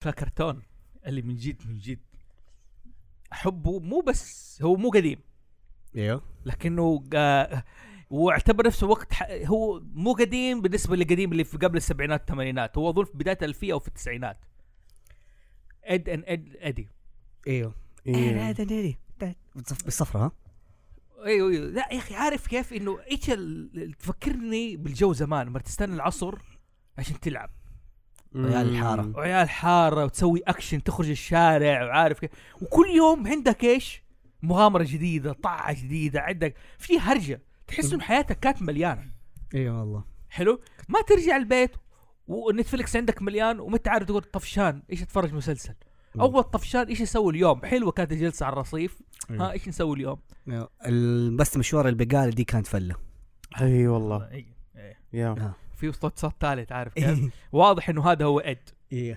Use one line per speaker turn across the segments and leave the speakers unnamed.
فكرتون اللي من جد من جد احبه مو بس هو مو قديم
إيوه.
ايوه
لكنه قا- واعتبر نفسه وقت ح... هو مو قديم بالنسبه للقديم اللي في قبل السبعينات الثمانينات هو اظن في بدايه الالفيه او في التسعينات اد ان اد ادي إيوه.
ايوه
إيه.
بالصفرة ها
ايوه ايوه لا يا اخي عارف كيف انه ايش ال- تفكرني بالجو زمان لما تستنى العصر عشان تلعب
يعني
عيال الحارة
وعيال حاره وتسوي اكشن تخرج الشارع وعارف كيف وكل يوم عندك ايش؟ مغامره جديده طاعه جديده عندك في هرجه تحس ان حياتك كانت مليانه إيه
ايوه والله
حلو ما ترجع البيت ونتفلكس عندك مليان ومتعارف تقول طفشان ايش اتفرج مسلسل
مم.
اول طفشان ايش اسوي اليوم حلوه كانت الجلسه على الرصيف
إيه.
ها ايش نسوي اليوم
إيوه.
أيوة. ال- بس مشوار البقالة دي كانت فلة
اي والله
إيه، إيه.
يا
في صوت صوت ثالث عارف
إيه.
كيف واضح انه هذا هو اد إيه.
ايوه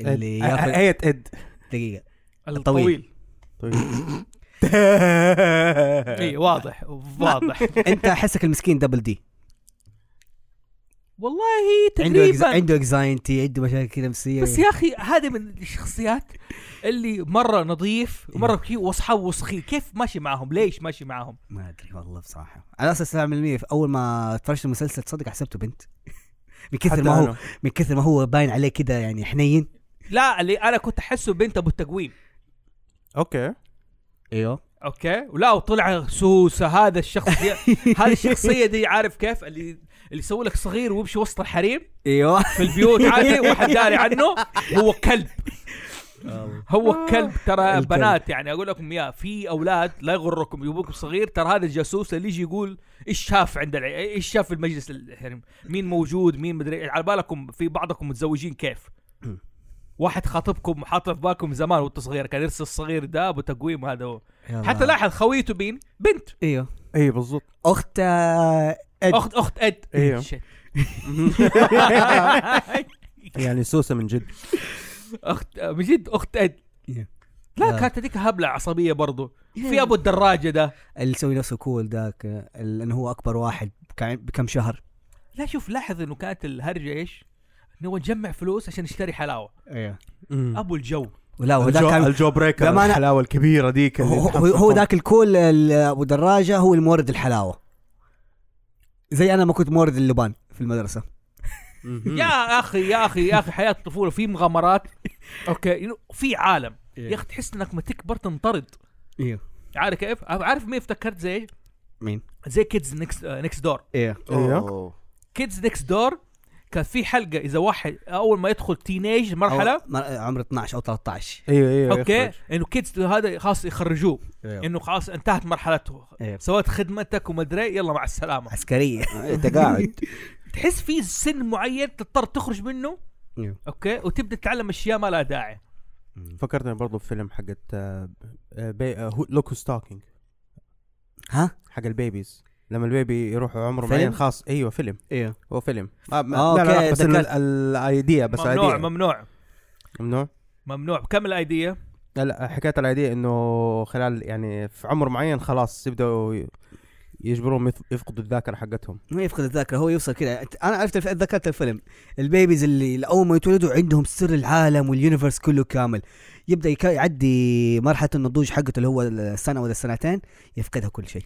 اللي
اللي
ياخذ
هيئة اد
دقيقة
الطويل
طيب إيه.
اي إيه، واضح واضح
انت احسك المسكين دبل دي
والله
عنده إكز-
تقريبا
عنده اكزاينتي عنده مشاكل كذا نفسية
بس يا اخي هذه من الشخصيات اللي مره نظيف ومره كي واصحابه وسخين كيف ماشي معاهم ليش ماشي معاهم
ما ادري والله بصراحه على اساس 100% اول ما تفرجت المسلسل تصدق حسبته بنت من كثر
حتى
ما هو
أنا.
من كثر ما هو باين عليه كده يعني حنين
لا اللي انا كنت احسه بنت ابو التقويم
اوكي إيوه.
ايوه
اوكي ولا وطلع سوسه هذا الشخص دي هذه الشخصيه دي عارف كيف اللي اللي يسوي لك صغير ويمشي وسط الحريم
إيوه.
ايوه
في البيوت عادي واحد داري عنه هو كلب هو كلب ترى
آه، الكلب.
بنات يعني اقول لكم يا في اولاد لا يغركم يبوكم صغير ترى هذا الجاسوس اللي يجي يقول ايش شاف عند الع... ايش شاف في المجلس الحريم مين موجود مين مدري إيه، على بالكم في بعضكم متزوجين كيف واحد خاطبكم حاطه في بالكم زمان وانت صغير كان يرسل الصغير ده ابو تقويم هذا هو حتى لاحظ خويته مين بنت
ايوه
اي إيه، بالضبط
اخت آه، اد
اخت اخت اد
أيوه.
ايوه.
Shit.
يعني سوسه من جد
اخت من جد اخت اد
إيه.
لا
لا. إيه.
كانت هذيك هبله عصبيه برضو في ابو الدراجه ده
اللي يسوي نفسه كول ذاك آه، لانه هو اكبر واحد كان بكم شهر
لا شوف لاحظ انه كانت الهرجه ايش؟ انه نجمع فلوس عشان نشتري حلاوه
ايوه
ابو الجو
ولا هو ذاك
إيه. الجو,
كان
الجو بريكر
لما أنا-
الحلاوه الكبيره ذيك اللي
هو, هو,
تحط-
هو ذاك الكول ال- ابو دراجه هو المورد الحلاوه زي انا ما كنت مورد اللبان في المدرسه
مم.
يا اخي يا اخي يا اخي حياه الطفوله في مغامرات اوكي إنه في عالم
إيه.
إيه.
يا اخي تحس انك ما تكبر تنطرد
ايوه
عارف كيف؟ عارف مين افتكرت زي
مين؟
زي آه، كيدز نكس نكس دور
ايوه
ايوه
كيدز نكس دور كان في حلقه اذا واحد اول ما يدخل تينيج مرحله
أو- مر- عمر 12 او 13
ايوه ايوه
اوكي
يخرج.
انه كيدز هذا خلاص يخرجوه
إيه.
إيه.
انه خلاص انتهت مرحلته
أيوه.
سويت خدمتك ومدري يلا مع السلامه
عسكريه
انت قاعد
تحس في سن معين تضطر تخرج منه
إيه.
أيوه.
اوكي وتبدا تتعلم اشياء ما لها داعي
فكرتني برضه بفيلم حقت آه، لوكو ستوكينج
ها؟
حق البيبيز لما البيبي يروح عمره
فيلم؟
معين خاص ايوه فيلم
ايوه
هو فيلم آه م-
آه،
لا لا,
أوكي،
لا بس ال-
ذكرت.
الايديا بس
ممنوع
الايديا
ممنوع
ممنوع
ممنوع كم الايدية
لا لا حكايه الايديا انه خلال يعني في عمر معين خلاص يبداوا ي- يجبرهم يف- يفقدوا الذاكره حقتهم
ما يفقد الذاكره هو يوصل كذا انا عرفت الف- ذكرت الفيلم البيبيز اللي اول ما يتولدوا عندهم سر العالم واليونيفرس كله كامل يبدا يك- يعدي مرحله النضوج حقته اللي هو السنه ولا السنتين يفقدها كل شيء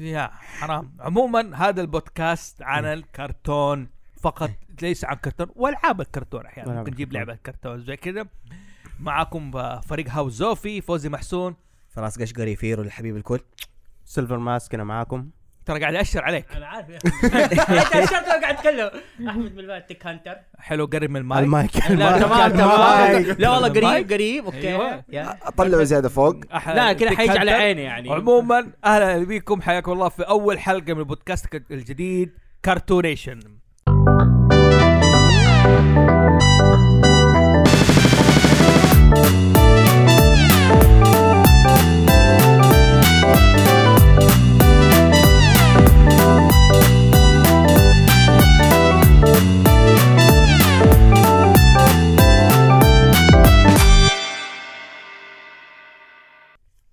يا حرام عموما هذا البودكاست عن
إيه.
الكرتون فقط ليس عن كرتون والعاب الكرتون احيانا
ألعاب
ممكن نجيب
إيه. الكرتون.
لعبه كرتون زي كذا معاكم فريق هاوس زوفي فوزي محسون
فراس قشقري فيرو الحبيب الكل
سيلفر ماسك انا معاكم
ترى قاعد اشر عليك
انا عارف يا اخي انت أشرت وأنا قاعد اتكلم احمد بالبال تيك هانتر
حلو قرب من المايك
المايك
لا
المايك.
تمام تمام
المايك.
لا والله
المايك.
قريب قريب اوكي
أيوة.
يا.
طلعوا زياده فوق
أح-
لا كذا
تيك
حيجي على
هانتر.
عيني يعني
عموما اهلا بكم حياكم الله في اول حلقه من البودكاست ك- الجديد كرتونيشن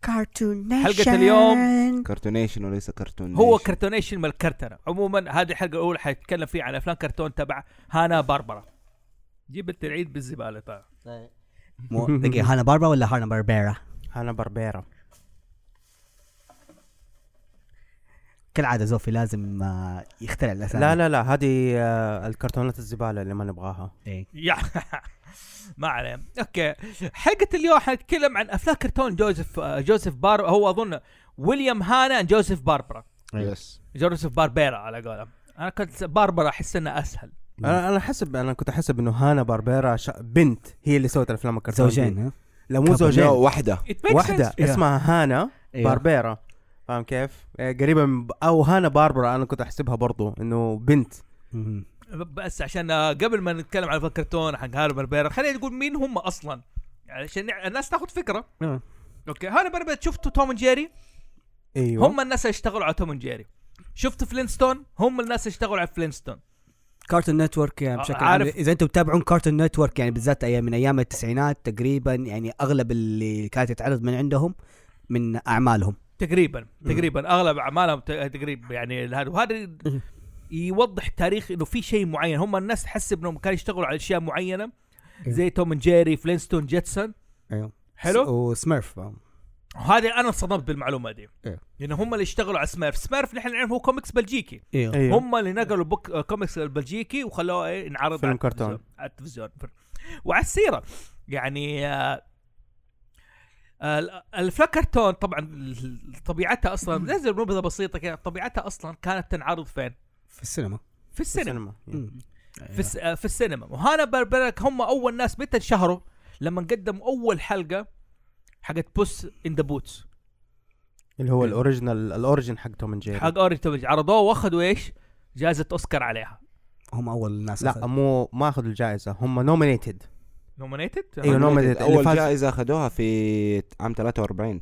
حلقه اليوم
كرتونيشن وليس كرتون
هو كرتونيشن من الكرتنه عموما هذه الحلقه الاولى حنتكلم فيها عن افلام كرتون تبع هانا باربرا جيب التلعيد بالزباله طيب
مو دقيقه هانا باربا ولا هانا باربيرا
هانا باربيرا
كالعاده زوفي لازم آه، يخترع الاسامي
لا لا لا هذه آه، الكرتونات الزباله اللي ما نبغاها
إيه.
يا ما عليه اوكي حلقه اليوم حنتكلم عن افلام كرتون جوزيف آه، جوزيف بار هو اظن ويليام هانا and جوزيف باربرا
يس
جوزيف باربيرا على قولهم انا كنت باربرا احس انها اسهل
انا انا حسب انا كنت احسب انه هانا باربيرا ش... بنت هي اللي سوت الافلام الكرتون دي.
زوجين ها
لا مو
لا،
زوجين
واحده
It makes
واحده
sense.
اسمها هانا
أيوة.
باربيرا فاهم كيف؟ آه، قريبه من ب... او هانا باربرا انا كنت احسبها برضو انه بنت
مم.
بس عشان آه، قبل ما نتكلم عن الكرتون حق هانا باربيرا خلينا نقول مين هم اصلا عشان نع- الناس تاخذ فكره
آه.
اوكي هانا باربيرا شفتوا توم اند جيري
أيوه.
ايوه
هم الناس اللي اشتغلوا على توم اند جيري شفتوا فلينستون هم الناس اللي اشتغلوا على فلينستون
كارتون نتورك يعني
آه،
بشكل عام
عارف.
اذا انتم تتابعون كارتون نتورك يعني بالذات ايام من ايام التسعينات تقريبا يعني اغلب اللي كانت تتعرض من عندهم من اعمالهم
تقريبا تقريبا اغلب اعمالهم ت- تقريبا يعني هذا وهذا يوضح تاريخ انه في شيء معين هم الناس تحسب انهم كانوا يشتغلوا على اشياء معينه
إيه.
زي توم اند جيري فلينستون جيتسون
ايوه
حلو
وسميرف
وهذه انا انصدمت بالمعلومه دي
إيه.
لان هم اللي اشتغلوا على سميرف سميرف نحن نعرف هو كوميكس بلجيكي
ايوه
ايوه
هم اللي نقلوا بوك آه، كوميكس البلجيكي وخلوه إيه، ينعرض
فيلم
على التلفزيون-
كرتون.
على التلفزيون وعلى السيره يعني آه، آه، ال- الافلام كرتون طبعا ال- طبيعتها اصلا لازم نبذه بسيطه كده طبيعتها اصلا كانت تنعرض فين؟
في السينما
في السينما
مم.
مم.
في, الس... آه، في السينما وهانا باربرك هم اول ناس متى انشهروا؟ لما قدموا اول حلقه حقت بوس ان ذا بوتس
اللي هو الاوريجنال الاوريجن حق توم اند جيري
حق اورنج تومج عرضوه واخذوا ايش؟ جائزه اوسكار عليها
هم اول ناس
لا
أخذوا.
مو ما اخذوا الجائزه هم نومينيتد
نومينيتد
أيوة، نومينيتد. اللي
اول
فاز-
جائزه اخذوها في عام 43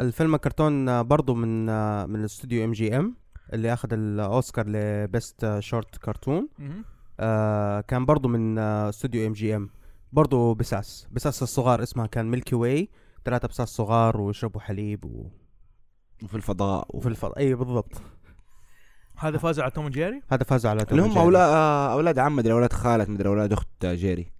الفيلم الكرتون آه، برضو من آه، من استوديو ام جي ام اللي اخذ الاوسكار لبيست شورت كرتون آه كان برضو من آه، استوديو ام جي ام برضو بساس بساس الصغار اسمها كان ميلكي واي ثلاثة بساس صغار ويشربوا حليب و...
وفي الفضاء
وفي الفضاء اي بالضبط
هذا فازوا على توم جيري
هذا فازوا على توم
اللي هم
وجيري.
اولاد اولاد عم مدري اولاد خالة مدري اولاد اخت جيري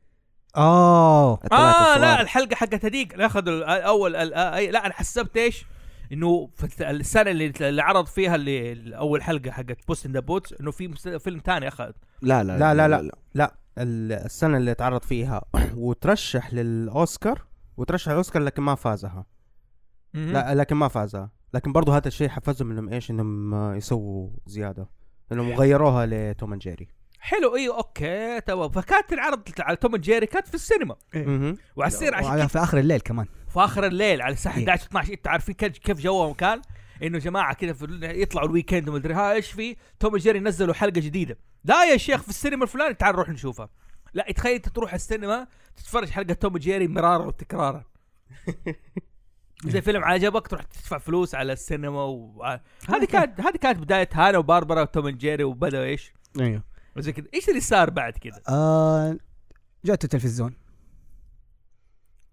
آه،
اوه
الثلاثة
اه لا
الصغار.
الحلقه حقت هذيك لا اخذوا ال- اول ال- آه، أي- لا انا حسبت ايش؟ انه في الت- السنه اللي اللي عرض فيها اللي اللي اول حلقه حقت بوست ان ذا بوتس انه في مس- فيلم ثاني اخذ
لا لا
لا- لا- ال- السنة اللي اتعرض فيها وترشح للأوسكار وترشح للأوسكار لكن ما فازها
لا
لا لكن ما فازها لكن برضو هذا الشيء حفزهم انهم ايش انهم آه، يسووا زيادة انهم
إيه.
غيروها لتوم اند جيري
حلو ايوه اوكي تمام فكانت العرض على توم جيري كانت في السينما
إيه.
مهم.
وعلى السير عشان
وعلى في اخر الليل كمان
في اخر الليل على الساعه
إيه.
11 12 انت عارفين كيف كيف جوهم كان؟ انه جماعه كذا في- يطلعوا الويكند ومدري ها ايش في توم أند جيري نزلوا حلقه جديده لا يا شيخ في السينما الفلاني تعال نروح نشوفها لا تخيل انت تروح السينما تتفرج حلقه توم أند جيري مرارا وتكرارا زي فيلم عجبك تروح تدفع فلوس على السينما و... هذه كانت هذه كانت بدايه هانا وباربرا وتوم أند جيري وبداوا ايش؟
ايوه
وزي كذا ايش اللي صار بعد كذا؟
آه جات التلفزيون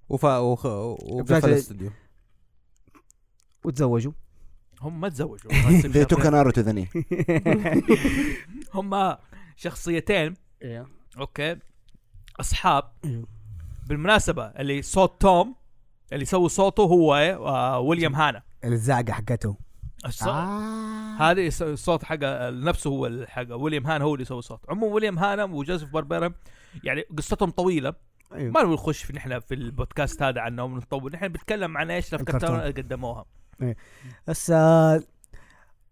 وفا وخ... وقفل
فاز-
الاستوديو
وتزوجوا
هم ما تزوجوا
They took an arrow to the knee.
هم شخصيتين
ايوه
اوكي اصحاب
أيوه.
بالمناسبه اللي صوت توم اللي سوى صوته هو آه ويليام هانا
الزعقه حقته
الص-
آه.
هذا الص- الصوت حق نفسه هو حق ويليام هانا هو اللي سوى صوت عموما ويليام هانا وجوزيف باربيرا يعني قصتهم طويله
أيوه.
ما نبغى نخش في نحن في البودكاست هذا عنهم نطول نحن بنتكلم عن ايش الافكار
الكرتون.
اللي قدموها
بس آه،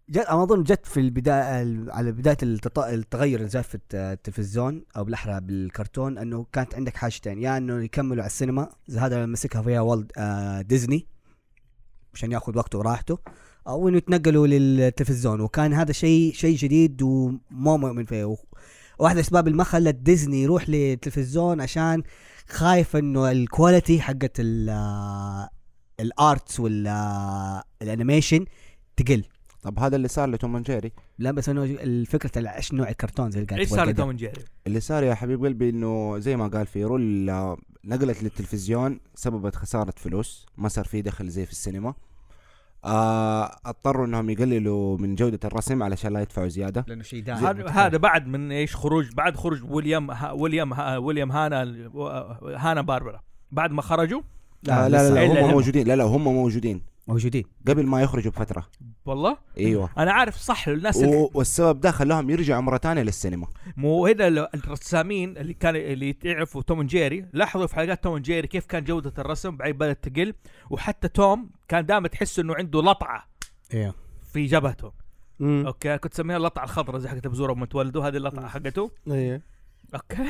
جت انا اظن جت في البدايه ال- على بدايه التط- التغير اللي جاء في الت- التلفزيون او بالاحرى بالكرتون انه كانت عندك حاجتين يا انه يكملوا على السينما زي هذا اللي مسكها فيها والد آه، ديزني عشان ياخذ وقته وراحته او انه يتنقلوا للتلفزيون وكان هذا شيء شيء جديد وما مؤمن فيه و- واحد الاسباب اللي ما خلت ديزني يروح للتلفزيون عشان خايف انه الكواليتي حقت ال- آه، الارتس والانيميشن تقل
طب هذا اللي صار لتوم أند جيري
لا بس انه الفكره ايش نوع الكرتون زي اللي قاعد
ايش
تقول
صار
كده.
لتوم أند جيري
اللي صار يا حبيب قلبي انه زي ما قال فيرو ال- نقلت للتلفزيون سببت خساره فلوس ما صار في دخل زي في السينما آه اضطروا انهم يقللوا من جوده الرسم علشان لا يدفعوا زياده
لانه شيء
هذا هذا بعد من ايش خروج بعد خروج ويليام ها ويليام ها ويليام هانا آه، هانا باربرا بعد ما خرجوا
لا لا لا,
إلا
لا هم
هم.
موجودين لا لا هم موجودين
موجودين
قبل ما يخرجوا بفتره
والله
ايوه
انا عارف صح الناس اللي-
و... والسبب ده خلاهم يرجعوا مره ثانيه للسينما
مو هنا ال- الرسامين اللي كان اللي تعرفوا توم أند جيري لاحظوا في حلقات توم أند جيري كيف كان جوده الرسم بعدين بدات تقل وحتى توم كان دائما تحس انه عنده لطعه
ايوه
في جبهته
مم.
اوكي كنت اسميها اللطعه الخضراء زي حقت ابو لما تولدوا هذه اللطعه حقته
ايه
اوكي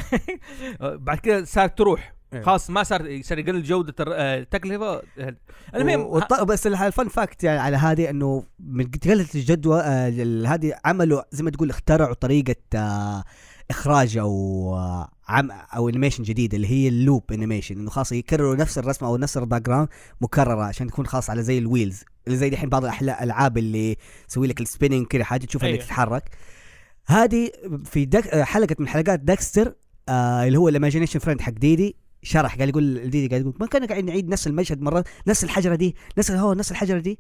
بعد كده صارت تروح
إيه.
خلاص ما صار صار يقلل جوده الر- آه، التكلفه آه، المهم
و... وط... بس الح- الفن فاكت يعني على هذه انه من قله الجدوى آه، ال- هذه عملوا زي ما تقول اخترعوا طريقه آه، اخراج او آه، عم او انيميشن جديد اللي هي اللوب انيميشن انه خاص يكرروا نفس الرسمه او نفس الباك جراوند مكرره عشان تكون خاص على زي الويلز اللي زي دحين بعض الأحلا- الالعاب اللي تسوي لك السبيننج كذا حاجه تشوف انك
أيوة.
تتحرك هذه في دك... آه، حلقه من حلقات داكستر آه اللي هو الايماجينيشن فريند حق ديدي شرح قال يقول ديدي قاعد يقول ما كنا قاعد نعيد نفس المشهد مره نفس الحجره دي نفس الهو نفس الحجره دي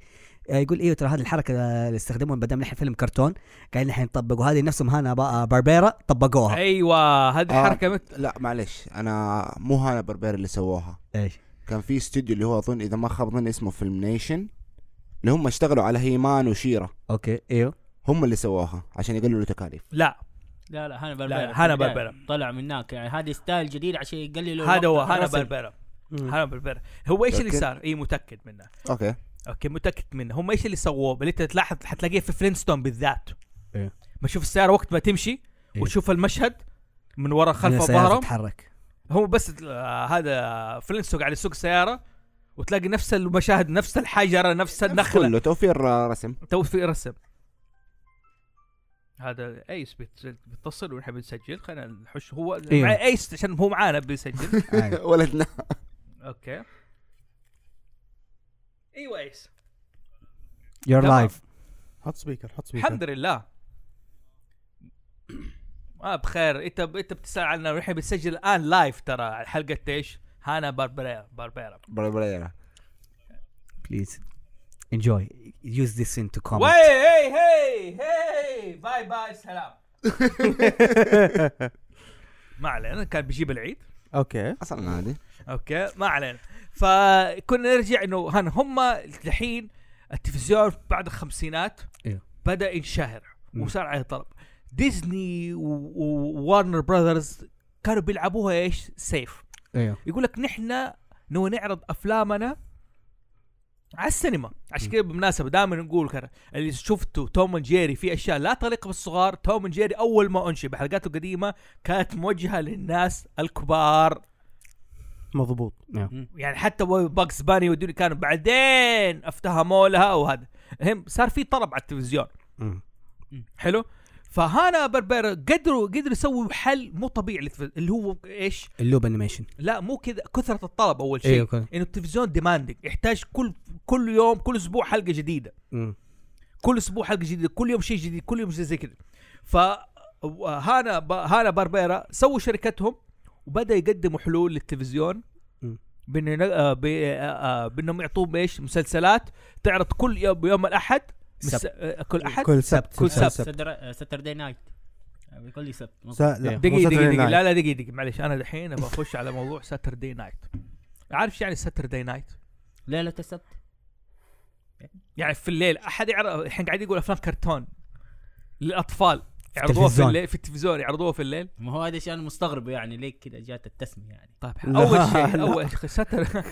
آه، يقول ايوه ترى هذه الحركه آه، اللي استخدموها ما دام نحن فيلم كرتون قاعدين نحن نطبق وهذه نفسهم هانا با- آه، باربيرا طبقوها
ايوه هذه
آه.
حركه مت...
لا معلش انا مو هانا بربير اللي سووها
ايش
كان في استوديو اللي هو اظن اذا ما خاب ظني اسمه فيلم نيشن اللي هم اشتغلوا على هيمان وشيرا
اوكي ايوه
هم اللي سووها عشان يقللوا تكاليف
لا
لا لا هانا
لا،
بربرا
هانا بربرا.
طلع من هناك يعني هذه ستايل جديد عشان يقللوا
هذا هو
وقت
هانا
الرسم.
بربرا هانا بربرا هو ايش اللي
لكن-
صار؟ اي متاكد منه
اوكي
اوكي متاكد منه هم ايش اللي سووه اللي انت تلاحظ حتلاقيه في فلينستون بالذات
إيه.
ما تشوف السياره وقت ما تمشي
إيه.
وتشوف المشهد من ورا خلف
السيارة
ظهرهم
تتحرك
هو بس آه، هذا فلينستون قاعد يسوق سياره وتلاقي نفس المشاهد نفس الحجره نفس النخله
كله توفير آه، رسم
تو في رسم هذا ايس بيت- بيتصل ونحن بنسجل خلينا نحش هو
أيوه.
مع ايس عشان هو معانا بيسجل
أيوة.
ولدنا
اوكي ايوه ايس
يور
تمام.
لايف
حط سبيكر حط سبيكر
الحمد لله ما بخير انت ب... انت بتسال عنا ونحن بنسجل الان لايف ترى على حلقه ايش؟ هانا باربرا باربرا
بربير
بليز انجوي يوز ذس ان تو
وي
كومنت
هي هي هي باي باي سلام ما علينا كان بيجيب العيد
اوكي
اصلا عادي
اوكي ما علينا فكنا نرجع انه هن هم الحين التلفزيون بعد الخمسينات
إيه.
بدا ينشهر
مم.
وصار عليه طلب ديزني و- و- وورنر براذرز كانوا بيلعبوها ايش سيف
ايوه
يقول لك نحن نبغى نعرض افلامنا على السينما عشان كذا بالمناسبه دائما نقول كده اللي شفته توم اند جيري في اشياء لا تليق بالصغار توم اند جيري اول ما انشئ بحلقاته القديمه كانت موجهه للناس الكبار
مضبوط
يعني حتى باكس باني ودول كانوا بعدين افتهموا لها وهذا هم صار في طلب على التلفزيون
مم.
حلو فهانا بربيرا قدروا قدروا يسووا حل مو طبيعي للتلفز- اللي هو ايش
اللوب انيميشن
لا مو كذا كثره الطلب اول شيء
ايوه
أيوه.
كده.
انه التلفزيون ديماندنج يحتاج كل كل يوم كل اسبوع حلقه جديده
مم.
كل اسبوع حلقه جديده كل يوم شيء جديد كل يوم شيء زي كذا ف هانا ب... هانا باربيرا سووا شركتهم وبدا يقدموا حلول للتلفزيون
مم.
بانه ين- آه، ب- آه، آه، بانهم يعطوهم ايش مسلسلات تعرض كل يوم بيوم الاحد مس...
سبت.
آه، كل احد
كل سبت
كل
آه،
سبت.
ساتر- ساتردي نايت بكل آه، سبت
س- لا
دقيقة دقيقة دقيقة لا لا دقيقة دقيقة معلش أنا دحين أبغى أخش على موضوع ساتردي نايت عارف إيش يعني ساتردي نايت؟
ليلة السبت
يعني في الليل أحد يعرف الحين قاعد يقول أفلام كرتون للأطفال يعرضوها في
التلفزيون.
الليل في التلفزيون يعرضوها في الليل
ما هو هذا الشيء انا مستغرب يعني ليه كذا جات التسميه يعني
طيب
لا،
اول شيء
لا.
اول شيء ستر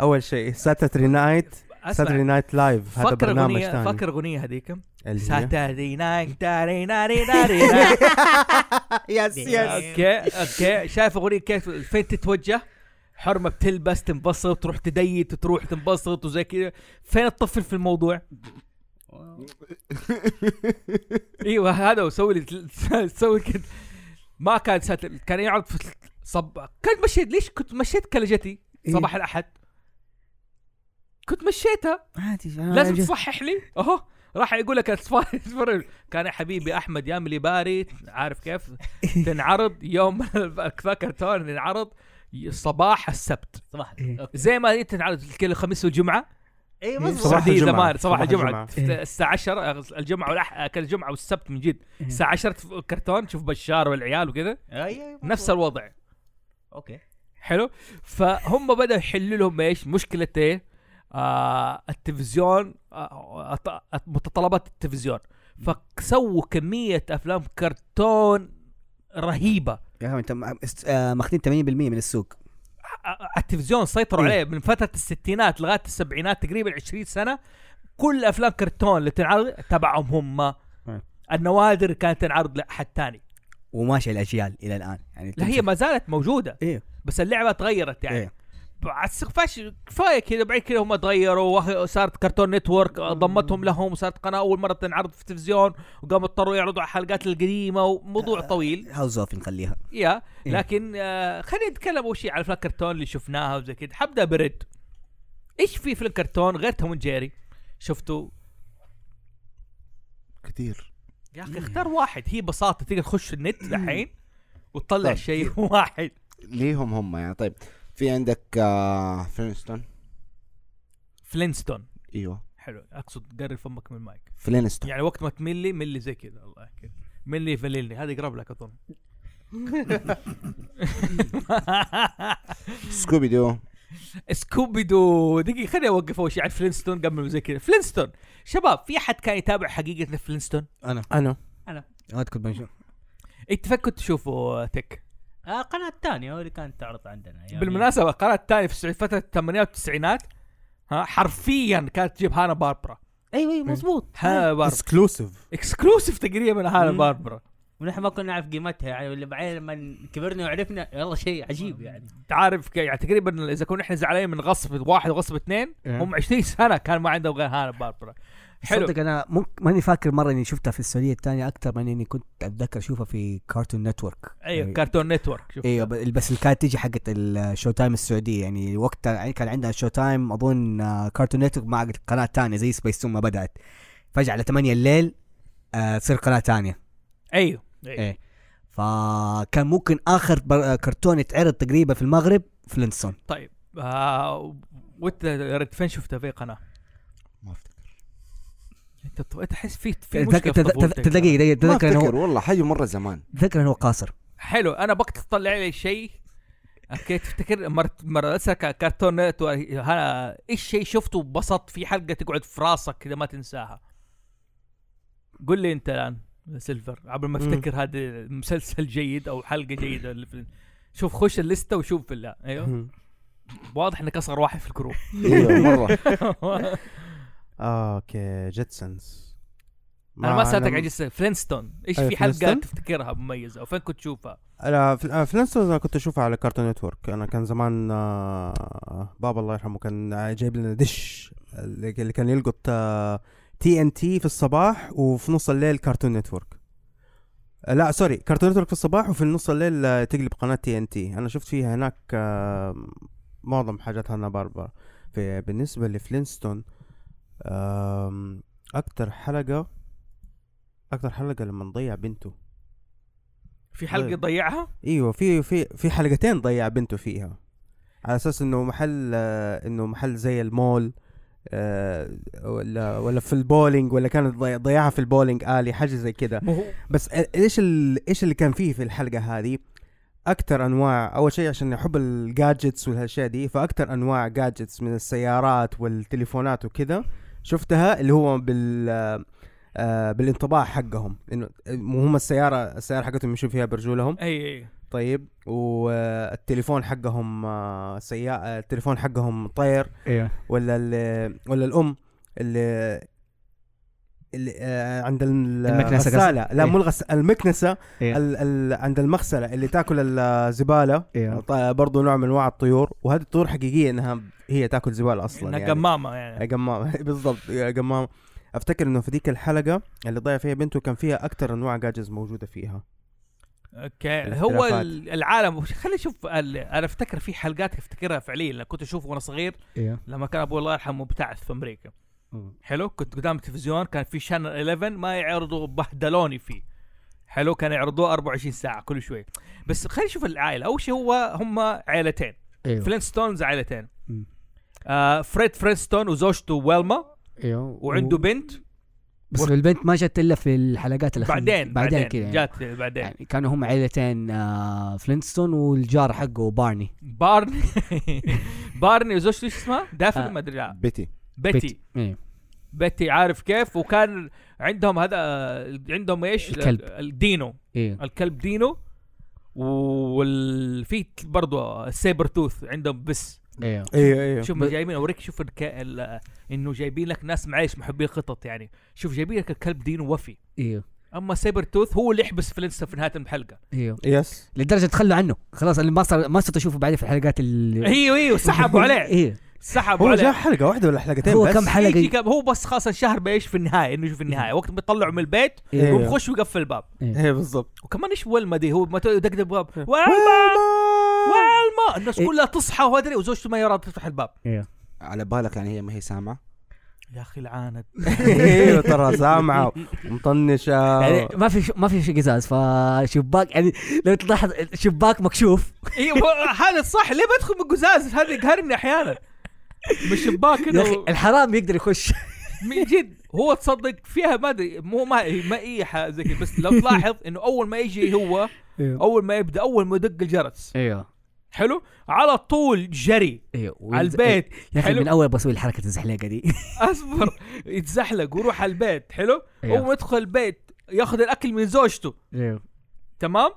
اول شيء ساتري نايت ساتري
اسمع
نايت لايف هذا
فكر
برنامج
اغنيه
ثاني
فكر اغنيه هذيك
اللي هي-
ساتردي نايت داري ناري ناري نايت.
يس
اوكي اوكي شايف اغنيه كيف فين تتوجه حرمه بتلبس تنبسط تروح تديت تروح تنبسط وزي كذا فين الطفل في الموضوع ايوه هذا وسوي لي سوي كده ما كان ساتر كان يعرض في صب كنت مشيت ليش كنت مشيت كلجتي صباح الاحد كنت مشيتها
عادي
لازم تصحح لي اهو راح يقول لك أتفرج- اتفرج كان يا حبيبي احمد يا مليباري عارف كيف تنعرض يوم كرتون ينعرض صباح السبت
صباح
إيه.
اوكي
زي ما هي تنعرض كل الخميس والجمعه
اي
إيه، صباح
إيه، مظبوط إيه.
السعوديه
الجمعة.
زمان صباح
صباح
الجمعه
الجمعة.
تفت- الساعه 10 الجمعه والاح كان الجمعه والسبت من جد
إيه.
الساعه 10 تف- كرتون تشوف بشار والعيال وكذا
أي- أي،
نفس
إيه، مظبوط.
الوضع
اوكي
حلو فهم بداوا يحلوا لهم ايش مشكله ايه آه التلفزيون آه أط- أط- متطلبات التلفزيون فسووا كميه افلام كرتون رهيبه
يا عمي انت م- است- آه، ماخذين 80% من السوق
ع- ع- التلفزيون سيطروا عليه من فتره الستينات لغايه السبعينات تقريبا 20 سنه كل افلام كرتون اللي تنعرض تبعهم هم
أي.
النوادر كانت تنعرض لحد ثاني
وماشي الاجيال الى الان يعني
لا هي ما زالت موجوده
ايه
بس اللعبه تغيرت يعني
ايه
على السقفاش كفايه كذا بعد كذا هم تغيروا وه- صارت كرتون نتورك ضمتهم لهم وصارت قناه اول مره تنعرض في التلفزيون وقاموا اضطروا يعرضوا على الحلقات القديمه وموضوع طويل
هاوس اوف نخليها
يا
إيه.
لكن آه خلينا نتكلم اول شيء على فيلم كرتون اللي شفناها وزي كذا حبدا برد ايش في فيلم كرتون غير توم جيري شفته
كثير
يا اخي اختار واحد هي بساطه تقدر تخش النت الحين وتطلع شيء واحد
ليهم هم يعني طيب في عندك آه فلينستون
فلينستون
ايوه
حلو اقصد قرب فمك من المايك
فلينستون
يعني وقت ما تملي ملي زي كذا الله يحكيك ملي فليلي هذا يقرب لك اظن
سكوبي دو
سكوبي دو دقيقه خليني اوقف اول شيء على فلينستون قبل زي كذا فلينستون شباب في احد كان يتابع حقيقه فلينستون
انا
انا
هات كنت بنشوف
انت كنت تشوفوا تك
آه قناة تانية هو اللي كانت تعرض عندنا يعني
بالمناسبه القناه الثانيه في السعودية فتره الثمانينات والتسعينات ها حرفيا كانت تجيب هانا باربرا
ايوه ايوه مضبوط
هانا باربرا
اكسكلوسيف
اكسكلوسيف تقريبا هانا
مم.
باربرا
ونحن ما كنا نعرف قيمتها يعني ولا بعدين لما كبرنا وعرفنا والله شيء عجيب يعني
تعرف ك- يعني تقريبا اذا كنا احنا زعلانين من غصب واحد وغصب اثنين
إيه.
هم 20 سنه كان ما عندهم غير هانا باربرا حلو
صدق انا ممكن ماني فاكر مره اني شفتها في السعوديه الثانيه اكثر من اني كنت اتذكر اشوفها في كارتون نتورك
إيه.
ايوه كارتون نتورك شوف
ايوه ب- بس اللي كانت تيجي حقت الشو تايم السعوديه يعني وقتها يعني كان عندها شو تايم اظن آه، كارتون نتورك مع قناه ثانيه زي سبيس تون ما بدات فجاه على 8 الليل آه، تصير قناه ثانيه
ايوه ايوه
ايه فكان ممكن اخر بر- آه، كرتون يتعرض تقريبا في المغرب فلينستون
طيب آه وانت رد فين شفتها في قناه؟
ما افتكر
انت ت- تحس في في
تذكر
مشكله في طفولتك.
تذكر
ما
تذكر انه
افتكر والله حاجه مره زمان
تذكر انه قاصر
حلو انا بقت تطلع لي شيء اوكي تفتكر مرت مره اسالك كرتون نتورك ها- ايش شيء شفته وبسط في حلقه تقعد في راسك كذا ما تنساها قل لي انت الان يا سيلفر قبل ما
مم.
افتكر هذا مسلسل جيد او حلقه جيده اللي في- شوف خش الليسته وشوف بالله ايوه واضح انك اصغر واحد في الكروب
ايوه مره
اوكي جيتسنز
انا ما سالتك عن جسد فلينستون ايش
أيوة،
في حلقه
فلينستون؟
تفتكرها مميزه او فين كنت تشوفها
انا في آه، فلانسونز انا كنت اشوفها على كارتون نتورك انا كان زمان آه، بابا الله يرحمه كان جايب لنا دش اللي اللي كان يلقط آه، تي ان تي في الصباح وفي نص الليل كارتون نتورك آه، لا سوري كارتون نتورك في الصباح وفي نص الليل آه، تقلب قناه تي ان تي انا شفت فيها هناك آه، معظم حاجات هانا باربرا في بالنسبه لفلينستون آم، اكتر حلقه اكتر حلقه لما نضيع بنته
في حلقه
طيب.
ضيعها
ايوه في في في حلقتين ضيع بنته فيها على اساس انه محل آه، انه محل زي المول آه، ولا ولا في البولينج ولا كانت ضي- ضيعها في البولينج الي حاجه زي كده
مو هو
بس آه، ايش ال- ايش اللي كان فيه في الحلقه هذه اكثر انواع اول شيء عشان احب الجادجتس والاشياء دي فاكثر انواع جادجتس من السيارات والتليفونات وكذا شفتها اللي هو بال آه، بالانطباع حقهم انه هم السياره السياره حقتهم يمشوا فيها برجولهم
اي اي
طيب والتليفون حقهم آه، سيا آه، التليفون حقهم طير
ايوه
ولا ال- ولا الام اللي اللي آه، عند ال-
المكنسة
الغسالة لا
إيه.
مو الغس- المكنسة
إيه.
ال- ال- عند المغسلة اللي تاكل الزبالة
إيه.
ط- برضو نوع من انواع الطيور وهذه الطيور حقيقية انها هي تاكل زبالة اصلا
انها
يعني.
قمامه يعني
قمام بالضبط إيه، يا قمام افتكر انه في ذيك الحلقة اللي ضيع فيها بنته كان فيها اكثر انواع جاجز موجودة فيها
اوكي هو
الاختلافات.
ال- العالم وش- خليني اشوف ال- انا افتكر في حلقات افتكرها فعليا لأن كنت اشوفه وانا صغير
ايوه
لما كان ابوي الله يرحمه مبتعث في امريكا حلو كنت قدام التلفزيون كان في شانل 11 ما يعرضوا بهدلوني فيه حلو كان يعرضوه 24 ساعه كل شوي بس خلينا نشوف العائله اول شيء هو هم عائلتين
ايوه
فلينستونز عائلتين
مم.
آه فريد فريستون وزوجته ويلما
ايوه
وعنده بنت
بس البنت ما جت الا في الحلقات الاخيره
بعدين
بعدين كذا يعني.
جات بعدين
يعني كانوا هم عيلتين آه فلينستون والجار حقه بارني
بارني بارني وزوجته ايش اسمها؟ دافن
آه.
ما ادري لا
بيتي
بيتي
إيه.
بيتي عارف كيف وكان عندهم هذا آه، عندهم ايش؟
الكلب.
الدينو
ايه
الكلب دينو وفي برضه سيبر توث عندهم بس
ايوه
ايوه ايوه
شوف جايبين اوريك شوف الك... ال... انه جايبين لك ناس معلش محبين خطط يعني شوف جايبين لك الكلب دينو وفي
ايوه
اما سايبر توث هو اللي يحبس فلينستون في نهايه الحلقه
ايوه
يس
لدرجه تخلوا عنه خلاص اللي ما صار ما صرت اشوفه بعدين في الحلقات اللي
ايوه ايوه سحبوا عليه
ايه
سحبوا
هو جاء
عليه
حلقه واحده ولا حلقتين
هو
بس
كم حلقه
يجي كم- هو بس خاصة شهر بايش في النهايه انه في النهايه وقت بيطلعوا من البيت
إيه.
وبخش ويقفل الباب
ايه بالضبط
وكمان ايش ويلما دي هو ما ت- يدقدق الباب ويلما ويلما الناس
إيه.
كلها تصحى وادري وزوجته ما يرى تفتح الباب
على بالك يعني هي ما هي سامعه
يا اخي العاند
ايوه ترى سامعه آه، مطنشه
يعني ما في ش- ما في شيء قزاز فشباك يعني لو تلاحظ شباك مكشوف
إيه، هو هذا صح ليه بدخل من قزاز هذا يقهرني احيانا من الشباك
يا اخي
كده
الحرام يقدر يخش
من جد هو تصدق فيها ما ادري مو ما ما اي حاجه زي كذا بس لو تلاحظ انه اول ما يجي هو اول ما يبدا اول ما يدق الجرس
ايوه
حلو على طول جري
ايوه
على البيت
يا اخي
حلو.
من اول بسوي الحركه الزحليقه دي
اصبر يتزحلق ويروح على البيت حلو
أيوه.
اول ما يدخل البيت ياخذ الاكل من زوجته
ايوه
تمام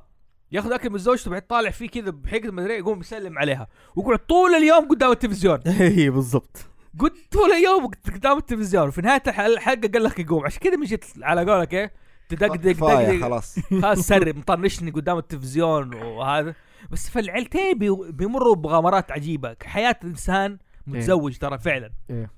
ياخذ اكل من زوجته بعد طالع فيه كذا بحقد ما ادري يقوم يسلم عليها ويقعد طول اليوم قدام التلفزيون
ايه بالضبط
قلت طول اليوم قدام التلفزيون وفي نهايه الح- الحلقه قال لك يقوم عشان كذا مشيت على قولك ايه تدقدق
كفايه
دقدق
طيب، خلاص
خلاص سري مطنشني قدام التلفزيون وهذا بس فالعيلتين بي- بيمروا بمغامرات عجيبه حياه انسان متزوج ترى فعلا
إيه.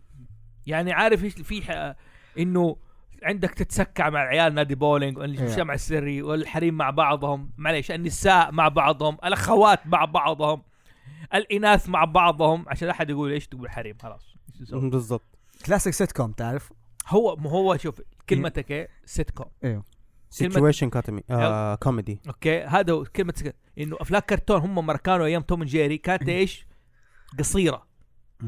يعني عارف ايش في ح- انه عندك تتسكع مع العيال نادي بولينج
إيه.
الجمع السري والحريم مع بعضهم معليش النساء مع بعضهم الاخوات مع بعضهم الاناث مع بعضهم عشان لا احد يقول ايش تقول حريم خلاص إيش يسوي؟
بالضبط
كلاسيك سيت كوم تعرف
هو ما هو شوف كلمتك
إيه.
ايه سيت كوم كلمة-
سيتويشن كاتمي آه كوميدي
اوكي هذا هو كلمه سك- انه افلام كرتون هم مرة كانوا ايام توم أند جيري كانت ايش؟ قصيره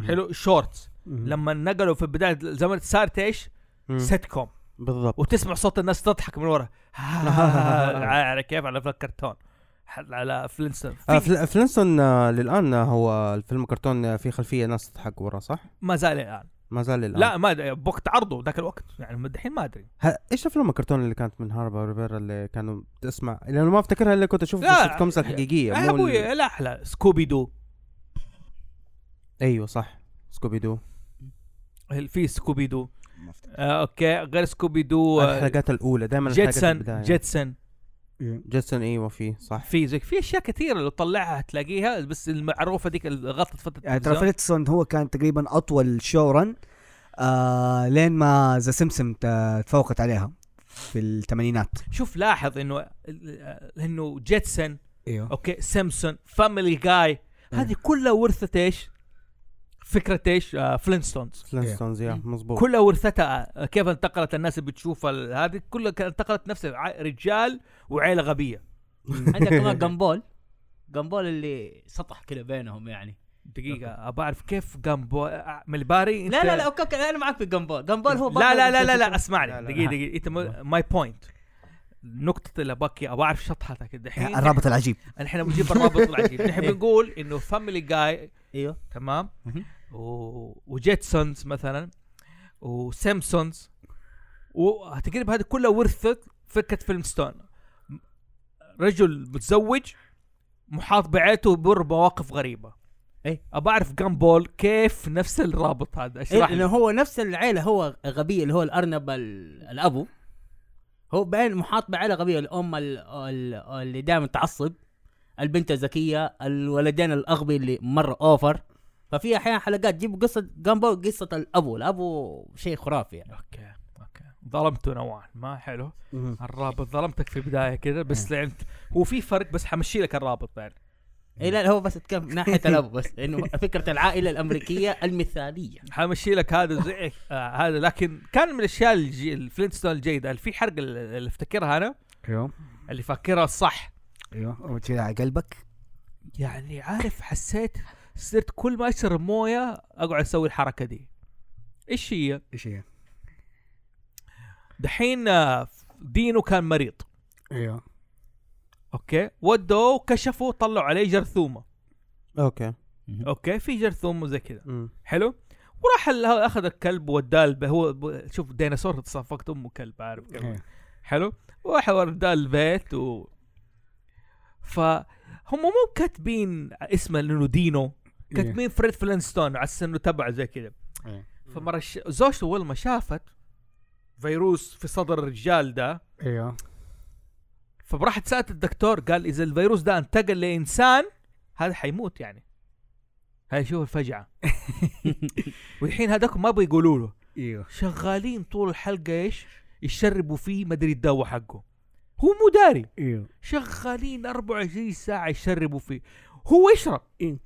حلو شورتس لما نقلوا في بدايه الزمن صارت ايش؟
مم.
سيت كوم
بالضبط
وتسمع صوت الناس تضحك من ورا على كيف على افلام كرتون حل- على فلينستون
آه،
في-
فل- فلينستون آه، للان آه، هو الفيلم كرتون آه، في خلفيه ناس تضحك ورا صح؟
ما زال الان
ما زال الان
لا ما أدري، بوقت عرضه ذاك الوقت يعني الحين ما ادري
ها ايش افلام الكرتون اللي كانت من هاربا ريفيرا اللي كانوا تسمع لانه ما افتكرها الا كنت اشوف
لا.
السيت كومز الحقيقيه
يا
مو ال-
ابوي لا لا سكوبي دو
ايوه صح سكوبي دو
في سكوبي دو
ما أفتكر.
آه اوكي غير سكوبي دو آه،
الحلقات الاولى دائما
جيتسون جيتسون
جيتسون ايوه في صح
في زي في اشياء كثيره لو تطلعها تلاقيها بس المعروفه ديك اللي غطت فتره
يعني ترى
التلفزيون.
فريتسون هو كان تقريبا اطول شورا آه لين ما ذا سمسم ت- تفوقت عليها في الثمانينات
شوف لاحظ انه انه جيتسون
ايوه
اوكي سيمسون فاميلي جاي هذه كلها ورثت ايش؟ فكره ايش؟ آه فلينستونز
فلينستونز يا مظبوط
كلها ورثتها آه، كيف انتقلت الناس اللي بتشوفها ال- هذه كلها كانت انتقلت نفس الع- رجال وعيله غبيه
عندك كمان جمبول جمبول اللي سطح كذا بينهم يعني
دقيقه ابى اعرف كيف جامبو آه، ملباري أنت-
لا لا لا اوكي اوكي انا معك في جمبول جمبول هو
لا لا لا لا,
برضه-
لا
لا،
اسمعني
لا.
دقيقه دقيقه انت ماي بوينت نقطة اللي باكي ابغى اعرف شطحتك الحين
يعني الرابط العجيب
احنا بنجيب الرابط العجيب نحن بنقول انه فاميلي جاي
ايوه
تمام
مهم.
و... وجيتسونز مثلا وسيمسونز وتقريبا هذه كلها ورثت فكره فيلم ستون رجل متزوج محاط بعيلته بر مواقف غريبه
إيه.
ابى اعرف جامبول كيف نفس الرابط هذا
إيه
اشرح
لانه
لي
هو نفس العيله هو غبي اللي هو الارنب ال- الابو هو بين محاط بعيله غبيه الام ال- ال- اللي دائما تعصب البنت الذكيه الولدين الاغبي اللي مره اوفر ففي احيانا حلقات تجيب قصه جامبو قصه الابو الابو شيء خرافي يعني
اوكي اوكي ظلمته نوعا ما حلو الرابط ظلمتك في بدايه كذا بس لعبت هو في فرق بس حمشي لك الرابط يعني
إيه لا لا، هو بس اتكلم من ناحيه الابو بس انه فكره العائله الامريكيه المثاليه
حمشي لك هذا زي آه هذا لكن كان من الاشياء الجي- الفلينتستون الجيده في حرق اللي اللي افتكرها انا إيوه.
ايوه
اللي فاكرها الصح
إيوه. ايوه كذا على قلبك
يعني عارف حسيت صرت كل ما اشرب مويه اقعد اسوي الحركه دي ايش هي؟
ايش هي؟
دحين آه، دينو كان مريض
ايوه
اوكي ودوه كشفوا طلعوا عليه جرثومه
اوكي
اوكي في جرثومه زي كذا
مم.
حلو وراح ال- هذا اخذ الكلب وداه الب- هو ب- شوف ديناصور صفقت امه كلب عارف كيف.
إيه.
حلو وراح وداه البيت و فهم مو كاتبين اسمه لانه دينو كاتبين فريد فلينستون على انه تبعه زي كذا
إيه.
فمره ش... زوجته اول ما شافت فيروس في صدر الرجال ده
ايوه
فراحت سالت الدكتور قال اذا الفيروس ده انتقل لانسان هذا حيموت يعني هاي شوف الفجعه والحين هذاك ما بيقولوا له
ايوه
شغالين طول الحلقه ايش يشربوا فيه ما ادري الدواء حقه هو مو داري
ايوه
شغالين 24 ساعه يشربوا فيه هو يشرب
إيه.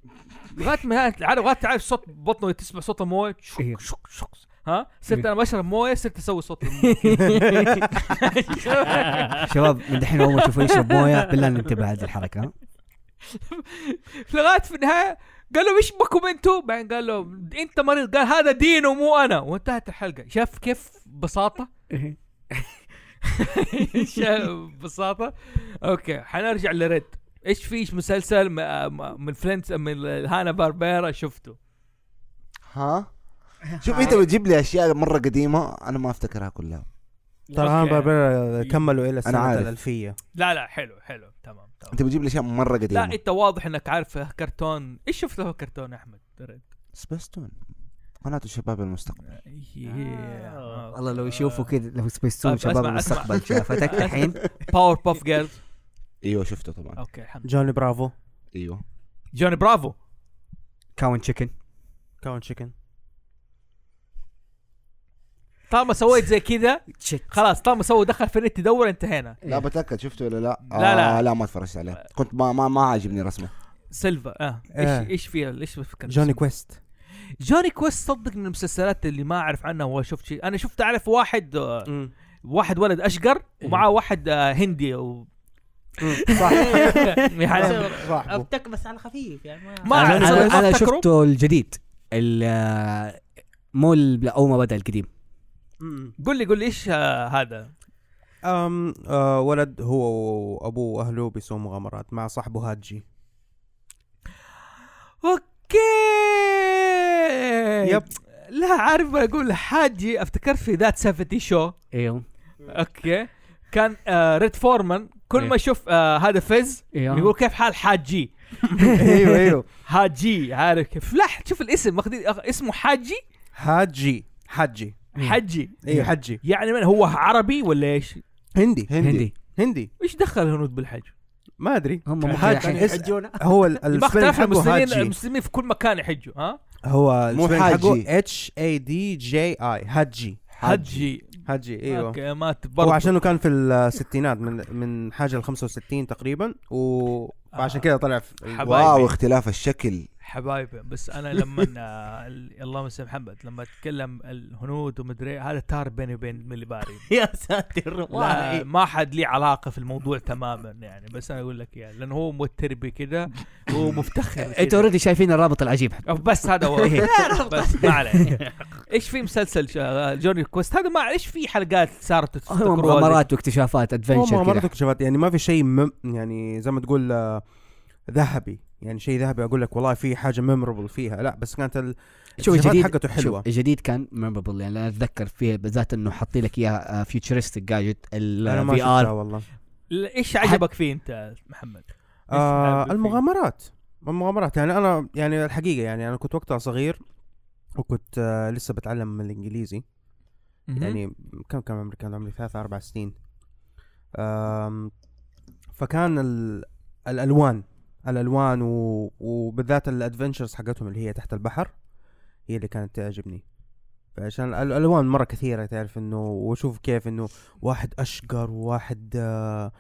لغايه ما عارف لغايه تعرف صوت بطنه تسمع صوت المويه
إيه.
شك شك شك ها صرت
إيه.
انا بشرب مويه صرت اسوي صوت المويه
شباب من دحين اول ما تشوفوا يشرب مويه بالله ننتبه هذه الحركه ها؟
لغايه في النهايه قال له ايش بكم انتوا؟ بعدين قال له انت مريض قال هذا دينه مو انا وانتهت الحلقه شاف كيف ببساطه شاف ببساطه اوكي حنرجع لريد ايش في مسلسل م- م- من فلنت من هانا باربيرا شفته
ها شوف انت بتجيب لي اشياء مره قديمه انا ما افتكرها كلها
ترى هان
أوكي.
باربيرا كملوا الى السنه
عارف.
الالفيه
لا لا حلو حلو تمام تمام
انت بتجيب لي اشياء مره
لا
قديمه
انت واضح انك عارف كرتون ايش شفت له كرتون يا احمد ريد
سبيستون قناه شباب المستقبل
آه، والله لو يشوفوا كذا لو سبيس تون
طيب،
شباب
أسمع-
المستقبل شافتك الحين
باور بوف جيرلز
ايوه شفته طبعا
اوكي الحمد لله
جوني برافو
ايوه
جوني برافو
كاون تشيكن
كاون تشيكن
طالما سويت زي كذا
تشيك
خلاص طالما سوى دخل في النت يدور انتهينا
لا بتاكد شفته ولا لا؟
لا، لا.
آه لا ما اتفرجت عليه كنت ما ما, ما عاجبني رسمه
سيلفا اه
آه.
ايش ايش فيها ايش الفكره
جوني كويست
جوني كويست صدق من المسلسلات اللي ما اعرف عنها ولا شفت شيء انا شفت اعرف واحد آه،
مم.
واحد ولد اشقر ومعاه واحد آه، هندي و...
مم. صح
يعني
صاحبه
افتك بس على خفيف يعني ما
ما
انا
أعرف-
انا,
ما
أنا
أفتكره.
شفته الجديد ال- آه، مو ال- اول ما بدا القديم
مم.
قول لي قول لي ايش آه، هذا
أم آه ولد هو وابوه واهله بيسووا مغامرات مع صاحبه هاجي
اوكي
يب.
لا عارف ما اقول حاجي افتكرت في ذات 70 شو
ايوه
اوكي كان آه ريد فورمان كل ما يشوف آه هذا فيز يقول كيف حال حاجي
ايوه ايوه
حاجي عارف كيف لا شوف الاسم ماخذين أخ- اسمه حاجي
هاجي حجي
حجي
ايوه حجي
يعني من هو عربي ولا ايش؟
هندي
هندي
هندي
ايش دخل الهنود بالحج؟
ما ادري
هم مو
حاج-
الحين
اس- هو ال-
ما
السبيلنج
اختلف
حقه
المسلمين
هاجي
المسلمين في كل مكان يحجوا ها؟
هو
مو
السبيلنج
حاجي.
حقه اتش اي دي جي اي هاجي
حجي
هاجي ايوه
اوكي ما تبرد
هو عشانه كان في الستينات من من حاجه ل 65 تقريبا و فعشان كذا طلع في
حب-
واو اختلاف الشكل
حبايبي بس انا لما آه، ال- اللهم صل على محمد لما اتكلم الهنود ومدري إيه، هذا تار بيني وبين مليباري
يا ساتر والله
لا ما حد لي علاقه في الموضوع تماما يعني بس انا اقول لك يعني لانه هو متر بي كذا وهو مفتخر
انتوا
كده.
اوريدي شايفين الرابط العجيب
أو بس هذا هو
طيب.
بس ما عليه ايش في مسلسل شا- جوني كويست هذا ما ايش في حلقات صارت
هو
تفتكروها
مغامرات واكتشافات
هو
ادفنشر
مغامرات اكتشافات يعني ما في شيء مم يعني زي ما تقول آه، ذهبي يعني شيء ذهبي اقول لك والله في حاجه ميموربل فيها لا بس كانت ال-
شوف
الاكتشافات
الجديد
حقته حلوه
شوف الجديد كان ميموربل يعني انا اتذكر فيه بالذات انه حاطين لك آه، اياه فيوتشرستك جاجت
انا ما
الفي
شفتها
ار
والله
ل- ايش عجبك فيه انت محمد؟
آه
فيه.
المغامرات المغامرات يعني انا يعني الحقيقه يعني انا كنت وقتها صغير وكنت آه لسه بتعلم الانجليزي يعني كم كان عمري؟ كان عمري ثلاث اربع سنين. أم، فكان ال... الالوان الالوان و... وبالذات الادفنشرز حقتهم اللي هي تحت البحر هي اللي كانت تعجبني. فعشان ال- الالوان مره كثيره تعرف انه واشوف كيف انه واحد اشقر وواحد آه،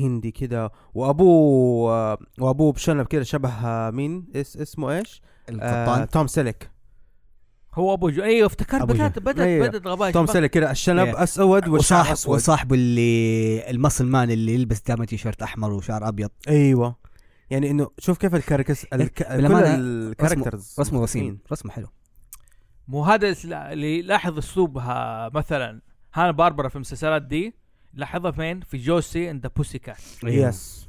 هندي كذا وابوه آه، وابوه بشنب كذا شبه آه، مين اس اسمه ايش؟ آه
القبطان
توم سيلك
هو ابو جو ايوه افتكرت
أبو
بدات
جو.
بدات
أيوه.
بدات غباء
توم سيلك كذا الشنب
إيه.
اسود والشعر
وصاحب
اسود
وصاحبه اللي المصل مان اللي يلبس دائما تيشيرت احمر وشعر ابيض
ايوه يعني انه شوف كيف الكاركس الك... كل
إيه، بالأمانة
الكاركترز
رسمه وسيم رسمه حلو
مو هذا الس- اللي لاحظ اسلوبها مثلا هانا باربرا في المسلسلات دي لاحظها فين؟ في جوسي اند بوسي كات
أيوة.
يس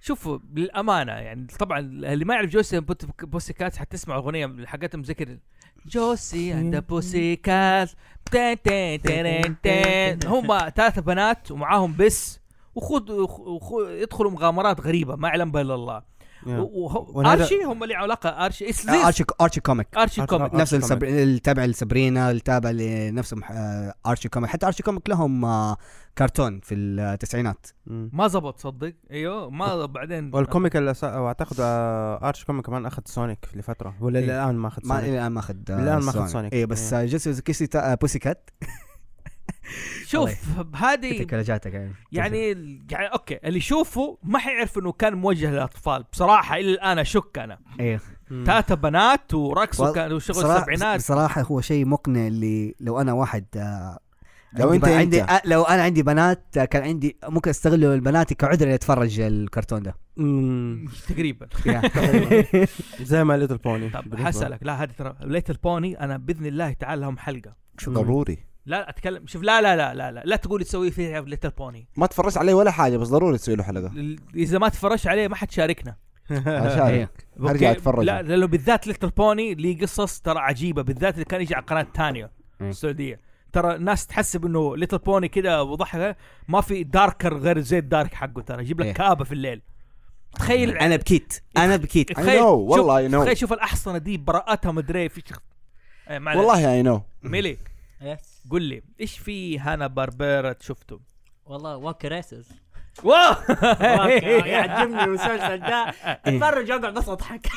شوفوا بالامانه يعني طبعا اللي ما يعرف جوسي اند بوسي كات حتسمع اغنيه حقتهم ذكر جوسي اند بوسي كات تن تن تن تن. هم ثلاث بنات ومعاهم بس وخد وخ- يدخلوا مغامرات غريبه ما يعلم بها الا الله
يا.
و- وه-
وهذا-
ارشي هم اللي علاقه ارشي إيش
آه،
ذيس؟
ارشي ارشي كوميك
ارشي كوميك
نفس
أرشي
السبر... التابع لسبرينا التابع لنفس مح... آه، ارشي كوميك حتى ارشي كوميك لهم آه، كرتون في التسعينات
مم.
ما زبط صدق ايوه ما بعدين
والكوميك اللي أس- واعتقد آه، ارش كوميك كمان اخذ سونيك لفتره ولا
إيه.
الان ما اخذ
ما
سونيك
الى الان ما اخذ آه،
الآن ما أخذ سونيك.
اي بس
إيه.
آه، جيسي كيسي تا... آه، بوسي كات
شوف هذه
تكلجاتك يعني
إيه. يعني يعني اوكي اللي يشوفه ما حيعرف انه كان موجه للاطفال بصراحه الى الان اشك انا
ايه
مم.
تاتا بنات ورقص
وال-
وكان وشغل
بصراحة-
السبعينات
بصراحه هو شيء مقنع اللي لو انا واحد آه،
لو
عندي
أنت-
ب- عندي
أنت.
آه، لو انا عندي بنات آه، كان عندي ممكن استغل بناتي كعذر اني اتفرج الكرتون ده
مم.
تقريبا
زي ما ليتل بوني
طب حسألك لا هذه ترى ليتل بوني انا باذن الله تعالى لهم حلقه
ضروري
لا اتكلم شوف لا لا لا لا لا, لا تقولي تسوي فيها ليتل بوني
ما تفرجت عليه ولا حاجه بس ضروري تسوي له حلقه
اذا ما تفرجت عليه ما حد شاركنا
عشان
إيه.
أرجع
أوكي؟
أتفرج.
لا لانه بالذات ليتل بوني لي قصص ترى عجيبه بالذات اللي كان يجي على قناه ثانيه
مم.
السعوديه ترى الناس تحسب انه ليتل بوني كده وضحكه ما في داركر غير زي الدارك حقه ترى يجيب
إيه.
لك كابه في الليل تخيل
انا بكيت انا بكيت
I know، والله I know.
تخيل شوف الاحصنه دي براءتها مدري في شخ... إيه، معلش.
والله اي نو
ميلي
يس
قل لي ايش في هانا باربيرا شفته؟
والله واك ريسز آه،
واو
إيه. يعجبني المسلسل ده اتفرج اقعد بس اضحك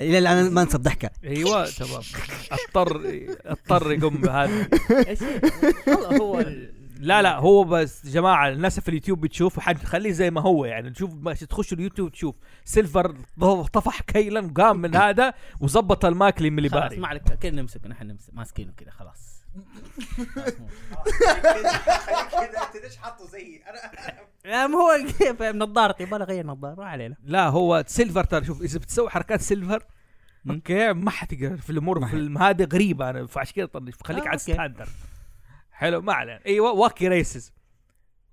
الى الان ما انسى ضحكه
ايوه تمام اضطر اضطر يقوم بهذا
إيش- والله هو ال-
لا لا هو بس جماعه الناس في اليوتيوب بتشوف حنخليه زي ما هو يعني تشوف ما تخش اليوتيوب تشوف سيلفر ض- طفح كيلا قام من هذا وظبط الماك لملي
خلاص
باري
ما عليك كذا نمسك نحن نمسك ماسكينه كذا خلاص لا ما هو فاهم نظارتي يبغى اغير نظاره ما علينا
لا هو سيلفر ترى شوف اذا بتسوي حركات سيلفر
مم.
اوكي ما حتقدر في الامور في الم- هذه غريبه انا فعشان كذا طنش خليك
آه،
على
أوكي.
ستاندر حلو ما علينا ايوه واكي ريسز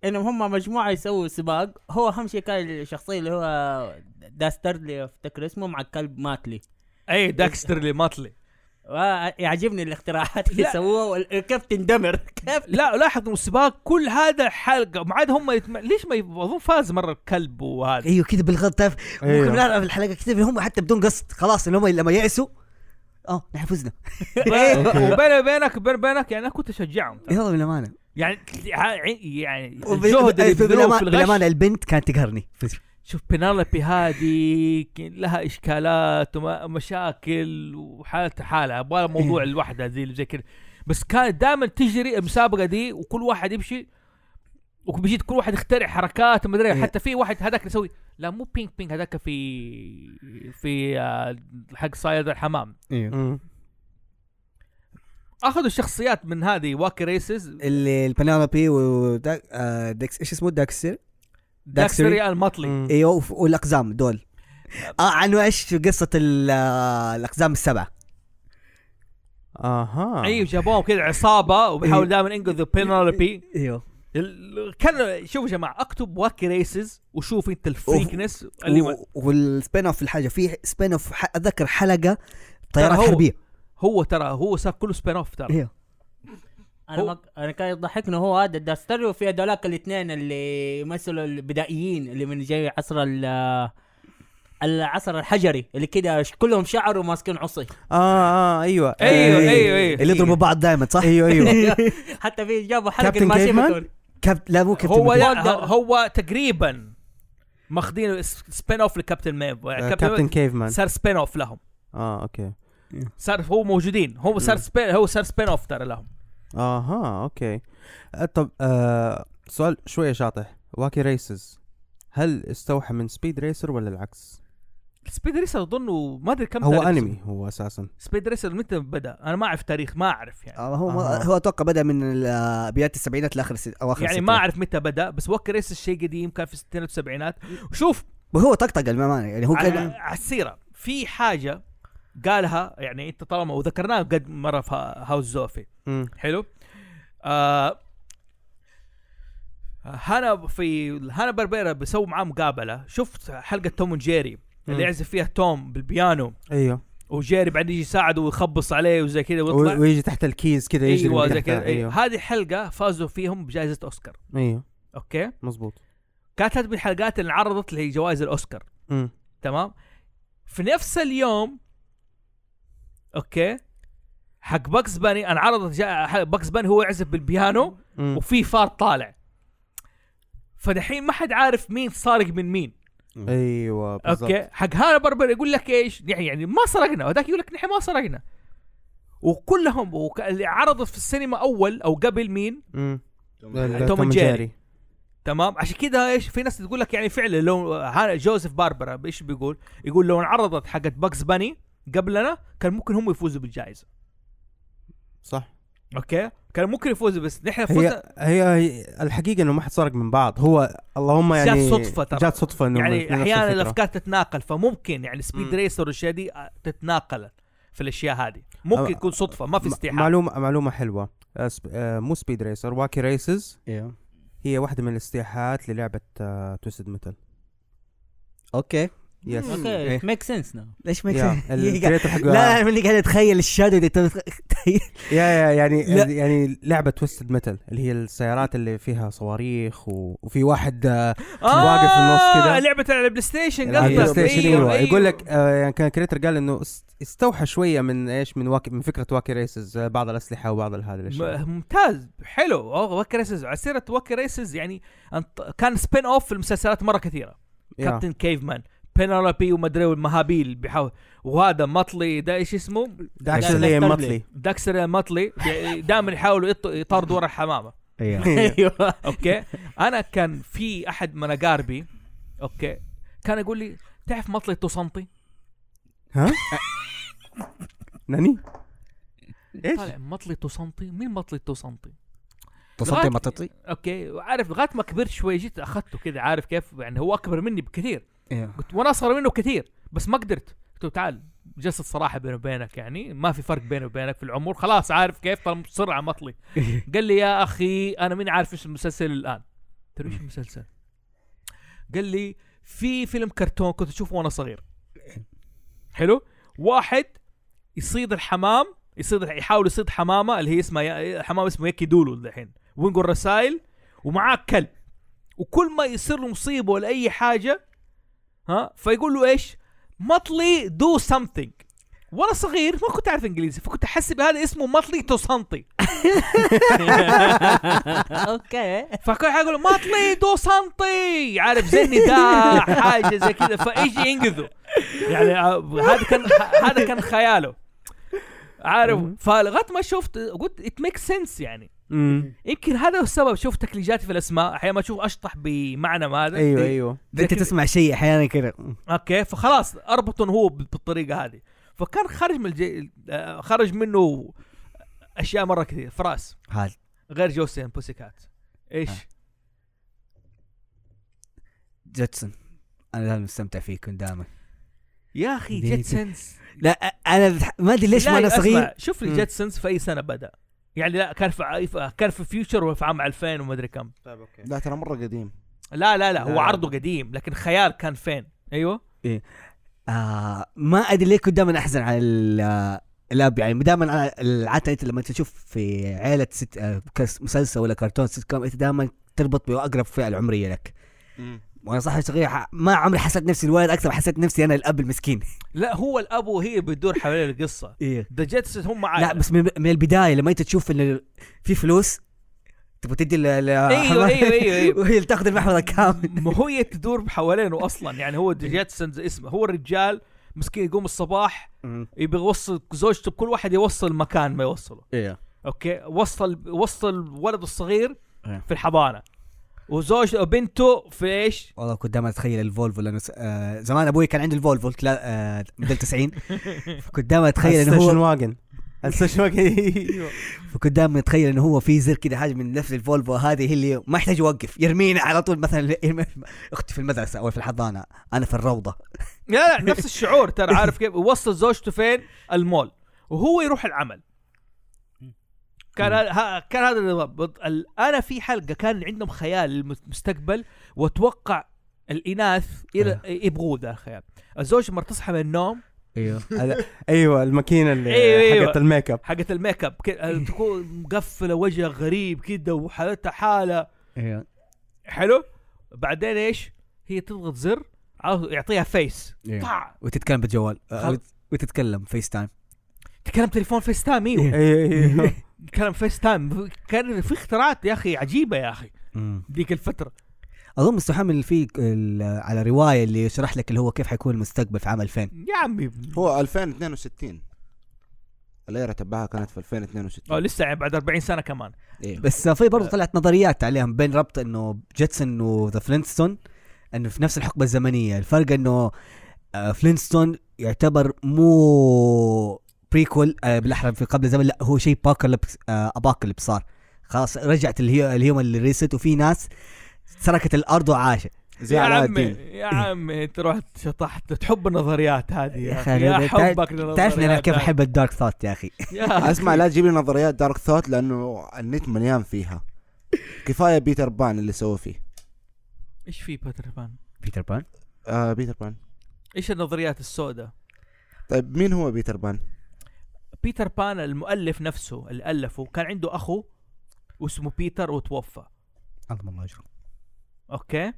انهم هم مجموعه يسووا سباق هو اهم شيء كان الشخصيه اللي هو داستردلي افتكر اسمه مع كلب ماتلي
اي داكستر لمطلي
يعجبني الاختراعات اللي
لا.
سووها وال- كيف تندمر كيف
لا لاحظ إنه السباق كل هذا حلقه ما عاد هم يتم... ليش ما يب... اظن فاز مره الكلب وهذا
ايوه كده بالغلط تعرف
أيوه.
ممكن نعرف الحلقه كتير هم حتى بدون قصد خلاص اللي هم لما يعسوا اه نحن فزنا
وبين بينك وبين بينك يعني انا كنت اشجعهم ترى.
يلا بالامانه
يعني يعني
وب-
الجهد اللي
بالأما-
بذلوه في
بالامانه
الغش
البنت كانت تقهرني
شوف بينالوبي هذه ك- لها اشكالات ومشاكل وحالتها حالها ابغى لها موضوع
إيه.
الوحده ذي اللي زي كذا بس كانت دائما تجري المسابقه دي وكل واحد يمشي وبيجي كل واحد يخترع حركات ما ادري
إيه.
حتى في واحد هذاك يسوي لا مو بينك بينك هذاك في في آه، حق صيد الحمام
ايوه
مم.
اخذوا الشخصيات من هذه واكي ريسز
اللي البنالوبي وداكس ايش آه، اسمه داكسر
داكسري المطلي
مم.
ايوه وف- والاقزام دول اه عنه ايش قصه ال- آه، الاقزام السبعه
اها
ايوه
أيوة.
جابوهم كذا عصابه وبيحاول
إيه.
دائما انقذوا بينالوبي
ايوه
ال- كان شوف يا جماعه اكتب واكي ريسز وشوف انت الفريكنس اللي ما-
والسبين اوف الحاجه في سبين اوف ح- اتذكر حلقه
ترى
طيارات
هو-
حربيه
هو ترى هو صار كله سبين اوف ترى
ايوه
انا ما انا كان يضحكني هو هذا داستري وفي هذولاك الاثنين اللي يمثلوا البدائيين اللي من جاي عصر ال العصر الحجري اللي كده كلهم شعر وماسكين عصي
اه اه ايوه
ايوه
إيه.
ايوه ايوه
اللي يضربوا بعض دائما صح؟ ايوه
حتى في جابوا حلقه
كابتن
الماسيه
كيفمان؟
بتقول-
كابت لا مو كابتن
هو
ميدل.
لا هو- هو تقريبا ماخذين سبين اوف لكابتن ميف
آه، كابتن
كابتن
كيف مان
ميف صار سبين اوف لهم
اه اوكي
صار هو موجودين هو صار سبين هو صار سبين اوف ترى لهم
اها اوكي آه، طب آه سؤال شويه شاطح واكي ريسز هل استوحى من سبيد ريسر ولا العكس؟
سبيد ريسر اظن ما ادري كم
هو
تاريخ
انمي هو اساسا
سبيد ريسر متى بدا انا ما اعرف تاريخ ما اعرف يعني
آه، هو
آه.
هو اتوقع بدا من ال- آه، بدايه السبعينات لاخر الس- او اخر
يعني
الستينات.
ما اعرف متى بدا بس وكر ريسر شيء قديم كان في الستينات والسبعينات وشوف
وهو طقطق الامانه يعني هو
على,
كان
على السيره في حاجه قالها يعني انت طالما وذكرناها قد مره في ها- هاوس زوفي
مم.
حلو آه هانا في هانا بربيرا بيسووا معاه مقابله شفت حلقه توم وجيري اللي
مم.
يعزف فيها توم بالبيانو
ايوه
وجيري بعدين يجي يساعده ويخبص عليه وزي كذا ويطلع
و- ويجي تحت الكيز كذا يجري
ايوه
من
زي
تحتها.
كذا أيوة.
ايوه
هذه الحلقه فازوا فيهم بجائزه اوسكار
ايوه
اوكي
مظبوط
كانت هذه من الحلقات اللي عرضت لجوائز الاوسكار
مم.
تمام في نفس اليوم اوكي حق باكس باني انا عرضت جا... حق باكس باني هو يعزف بالبيانو
مم.
وفي فار طالع فدحين ما حد عارف مين سارق من مين
ايوه بالظبط
اوكي حق هانا بربر يقول لك ايش يعني يعني ما سرقنا وذاك يقول لك نحن ما سرقنا وكلهم وك... اللي عرضت في السينما اول او قبل مين
مم.
توم
توم
وجيري.
وجيري.
تمام عشان كذا ايش في ناس تقول لك يعني فعلا لو ها- جوزيف باربرا ايش بيقول يقول لو انعرضت حقت باكس باني قبلنا كان ممكن هم يفوزوا بالجائزه
صح
اوكي كان ممكن يفوزوا بس نحن
هي
فوزنا
هي هي- الحقيقه انه ما حد سرق من بعض هو اللهم
جات
يعني
صدفة ترى.
جات صدفه انه
يعني
الاثنين نفس
احيانا
الفكرة.
الافكار تتناقل فممكن يعني سبيد
مم.
ريسر والاشياء دي آه، تتناقل في الاشياء هذه ممكن
أه،
يكون صدفه ما في
م-
استيحاء
معلومه معلومه حلوه آه، سب- آه، مو سبيد ريسر واكي ريسز
إيوه.
هي واحده من الاستيحات للعبه توستد ميتال إيه.
اوكي
يس
اوكي ميك سنس نو
ليش ما
يا
يكسر- يقع-
الكريتور حق
لا انا اللي قاعد اتخيل الشادو دي تبي تخيل
يا يا يعني
لا.
يعني لعبه توستد ميتال اللي هي السيارات اللي فيها صواريخ و... وفي واحد آه، واقف في النص كده.
لعبه على البلاي ستيشن
على البلاي
قصدك
ستيشن
أيوة،
ايوه
أيوة.
يقول لك آه، يعني كان كريتر قال انه است- استوحى شويه من ايش من واكي من فكره واكي ريسز آه، بعض الاسلحه وبعض هذا الاشياء
أيوة. م- ممتاز حلو أوه، وكر ريسز على سيره وكر ريسز يعني أنت- كان سبين اوف في المسلسلات مره كثيره
يا.
كابتن كيفمان بينالوبي وما ادري والمهابيل بيحاول وهذا مطلي ده ايش اسمه؟
داكس اللي
داكس
مطلي
داكسر مطلي دائما يحاولوا يط- يطاردوا ورا الحمامه أيوه.
ايوه
اوكي انا كان في احد من اقاربي اوكي كان يقول لي تعرف مطلي توسنطي؟
ها ناني ايش
طالع مطلي توسنطي؟ مين مطلي توسنطي؟
تصدي ما تطي
اوكي وعارف لغايه ما كبرت شوي جيت اخذته كذا عارف كيف يعني هو اكبر مني بكثير
إيوه.
قلت وانا اصغر منه كثير بس ما قدرت قلت له تعال جلسة صراحة بيني وبينك يعني ما في فرق بيني وبينك في العمر خلاص عارف كيف طالما مصر على مطلي قال لي يا اخي انا مين عارف ايش المسلسل الان قلت له ايش المسلسل قال لي في فيلم كرتون كنت اشوفه وانا صغير حلو واحد يصيد الحمام يصيد يحاول يصيد حمامه اللي هي اسمها يا- حمام اسمه يكي دولو الحين وينقل رسائل ومعاه كلب وكل ما يصير له مصيبه ولا اي حاجه ها فيقول له ايش؟ مطلي دو سمثينج وانا صغير ما كنت اعرف انجليزي فكنت احسب هذا اسمه مطلي توسنطي
اوكي
فكل حاجه يقول مطلي دو سنطي عارف زي النداء حاجه زي كذا فايش ينقذه يعني آه، هذا كان هذا كان خياله عارف فلغايه ما شفت قلت ات ميك سنس يعني
مم.
يمكن هذا هو السبب شوف تكليجاتي في الاسماء احيانا ما اشوف اشطح بمعنى ما هذا
ايوه ايوه
ده انت
لكن-
تسمع شيء احيانا كذا
اوكي فخلاص اربطه إن هو بالطريقه هذه فكان خرج من الجي... آه، خرج منه اشياء مره كثير فراس
هذا
غير جوسين بوسيكات ايش؟
آه. جيتسون انا دائما مستمتع فيكم دائما
يا اخي
دي-
جيتسنس
لا انا ما ادري ليش
لا،
وانا
اسمع،
صغير
شوف
مم.
لي جيتسنز في اي سنه بدا يعني لا كان في كان في فيوتشر وفي عام 2000 وما ادري كم
طيب اوكي
لا ترى مره قديم
لا لا لا
لا،
هو
لا.
عرضه قديم لكن خيال كان فين ايوه
آه ما ادري ليه كنت دائما احزن على ال- آه، الاب يعني دائما العاده انت لما تشوف في عيله ست آه، كس- مسلسل ولا كرتون ست كوم انت دائما تربط باقرب فئه العمريه لك وانا صح صغير ح- ما عمري حسيت نفسي الوالد اكثر ما حسيت نفسي انا الاب المسكين
لا هو الاب وهي بتدور حوالين القصه
إيه.
ذا جيتسنز هم
لا
عائلة.
بس من, من البدايه لما انت تشوف ان في فلوس تبغى تدي ل- ل-
أيوة، أيوة، أيوة، أيوة.
وهي اللي تاخذ المحفظه كامل
ما هو هي تدور حوالينه اصلا يعني هو ذا جيتسنز اسمه هو الرجال مسكين يقوم الصباح يبي يوصل زوجته كل واحد يوصل مكان ما يوصله
ايوه
اوكي وصل وصل ولده الصغير
إيه.
في الحضانه وزوج بنته في ايش؟
والله كنت دائما اتخيل الفولفو لانه س... آه زمان ابوي كان عنده الفولفو تلا... آه موديل 90 كنت دائما اتخيل انه
الستيشن
هو
واجن الستيشن واجن
كنت دائما اتخيل انه هو في زر كده حاجه من نفس الفولفو هذه هي اللي ما يحتاج يوقف يرمينا على طول مثلا يرمي... اختي في المدرسه او في الحضانه انا في الروضه
لا لا نفس الشعور ترى عارف كيف وصل زوجته فين؟ المول وهو يروح العمل كان ه- ها كان هذا النظام بط- ال- انا في حلقه كان عندهم خيال للمستقبل واتوقع الاناث ير- يبغوه ذا الخيال الزوج مرة تصحى من النوم
ايوه
ال- ايوه الماكينه اللي
أيوة، أيوة.
حقت الميك اب
حقت الميك اب كده- تكون مقفله وجهها غريب كده وحالتها حاله
ايوه
حلو بعدين ايش هي تضغط زر عاوز- يعطيها فيس
إيه.
طع
وتتكلم بالجوال آه،
خل-
وت- وتتكلم فيس تايم
تكلم تليفون فيس تايم ايوه
ايوه ايوه
كلام فيس تايم كان في اختراعات يا اخي عجيبه يا اخي ذيك الفتره
اظن مستحمل في ال- على روايه اللي يشرح لك اللي هو كيف حيكون المستقبل في عام 2000
يا عمي
هو 2062 الايرا تبعها كانت في 2062
أو لسه يعني بعد 40 سنه كمان
إيه.
بس في
آه.
برضه طلعت نظريات عليهم بين ربط انه جيتسون وذا فلينستون انه في نفس الحقبه الزمنيه الفرق انه آه، فلينستون يعتبر مو بريكول آه، بالاحرى في قبل الزمن لا هو شيء باكلبس اباكلبس صار خلاص رجعت الهي- الهيومن اللي ريست وفي ناس سرقت الارض وعاشت
زي
يا
علاء
عمي
الدين
يا عمي انت رحت شطحت تحب النظريات هذه يا اخي يا
تعرف-
حبك
تعرف إن انا
للنظريات
كيف
هذه.
احب الدارك ثوت يا اخي
يا أخي.
اسمع لا تجيب لي نظريات دارك ثوت لانه النت مليان فيها كفايه بيتر بان اللي سوى فيه
ايش في باتر بان؟
بيتر بان
آه بيتر بان
ايش النظريات السوداء؟
طيب مين هو بيتر بان؟
بيتر بان المؤلف نفسه اللي الفه كان عنده اخو واسمه بيتر وتوفى
اللهم الله اجره
اوكي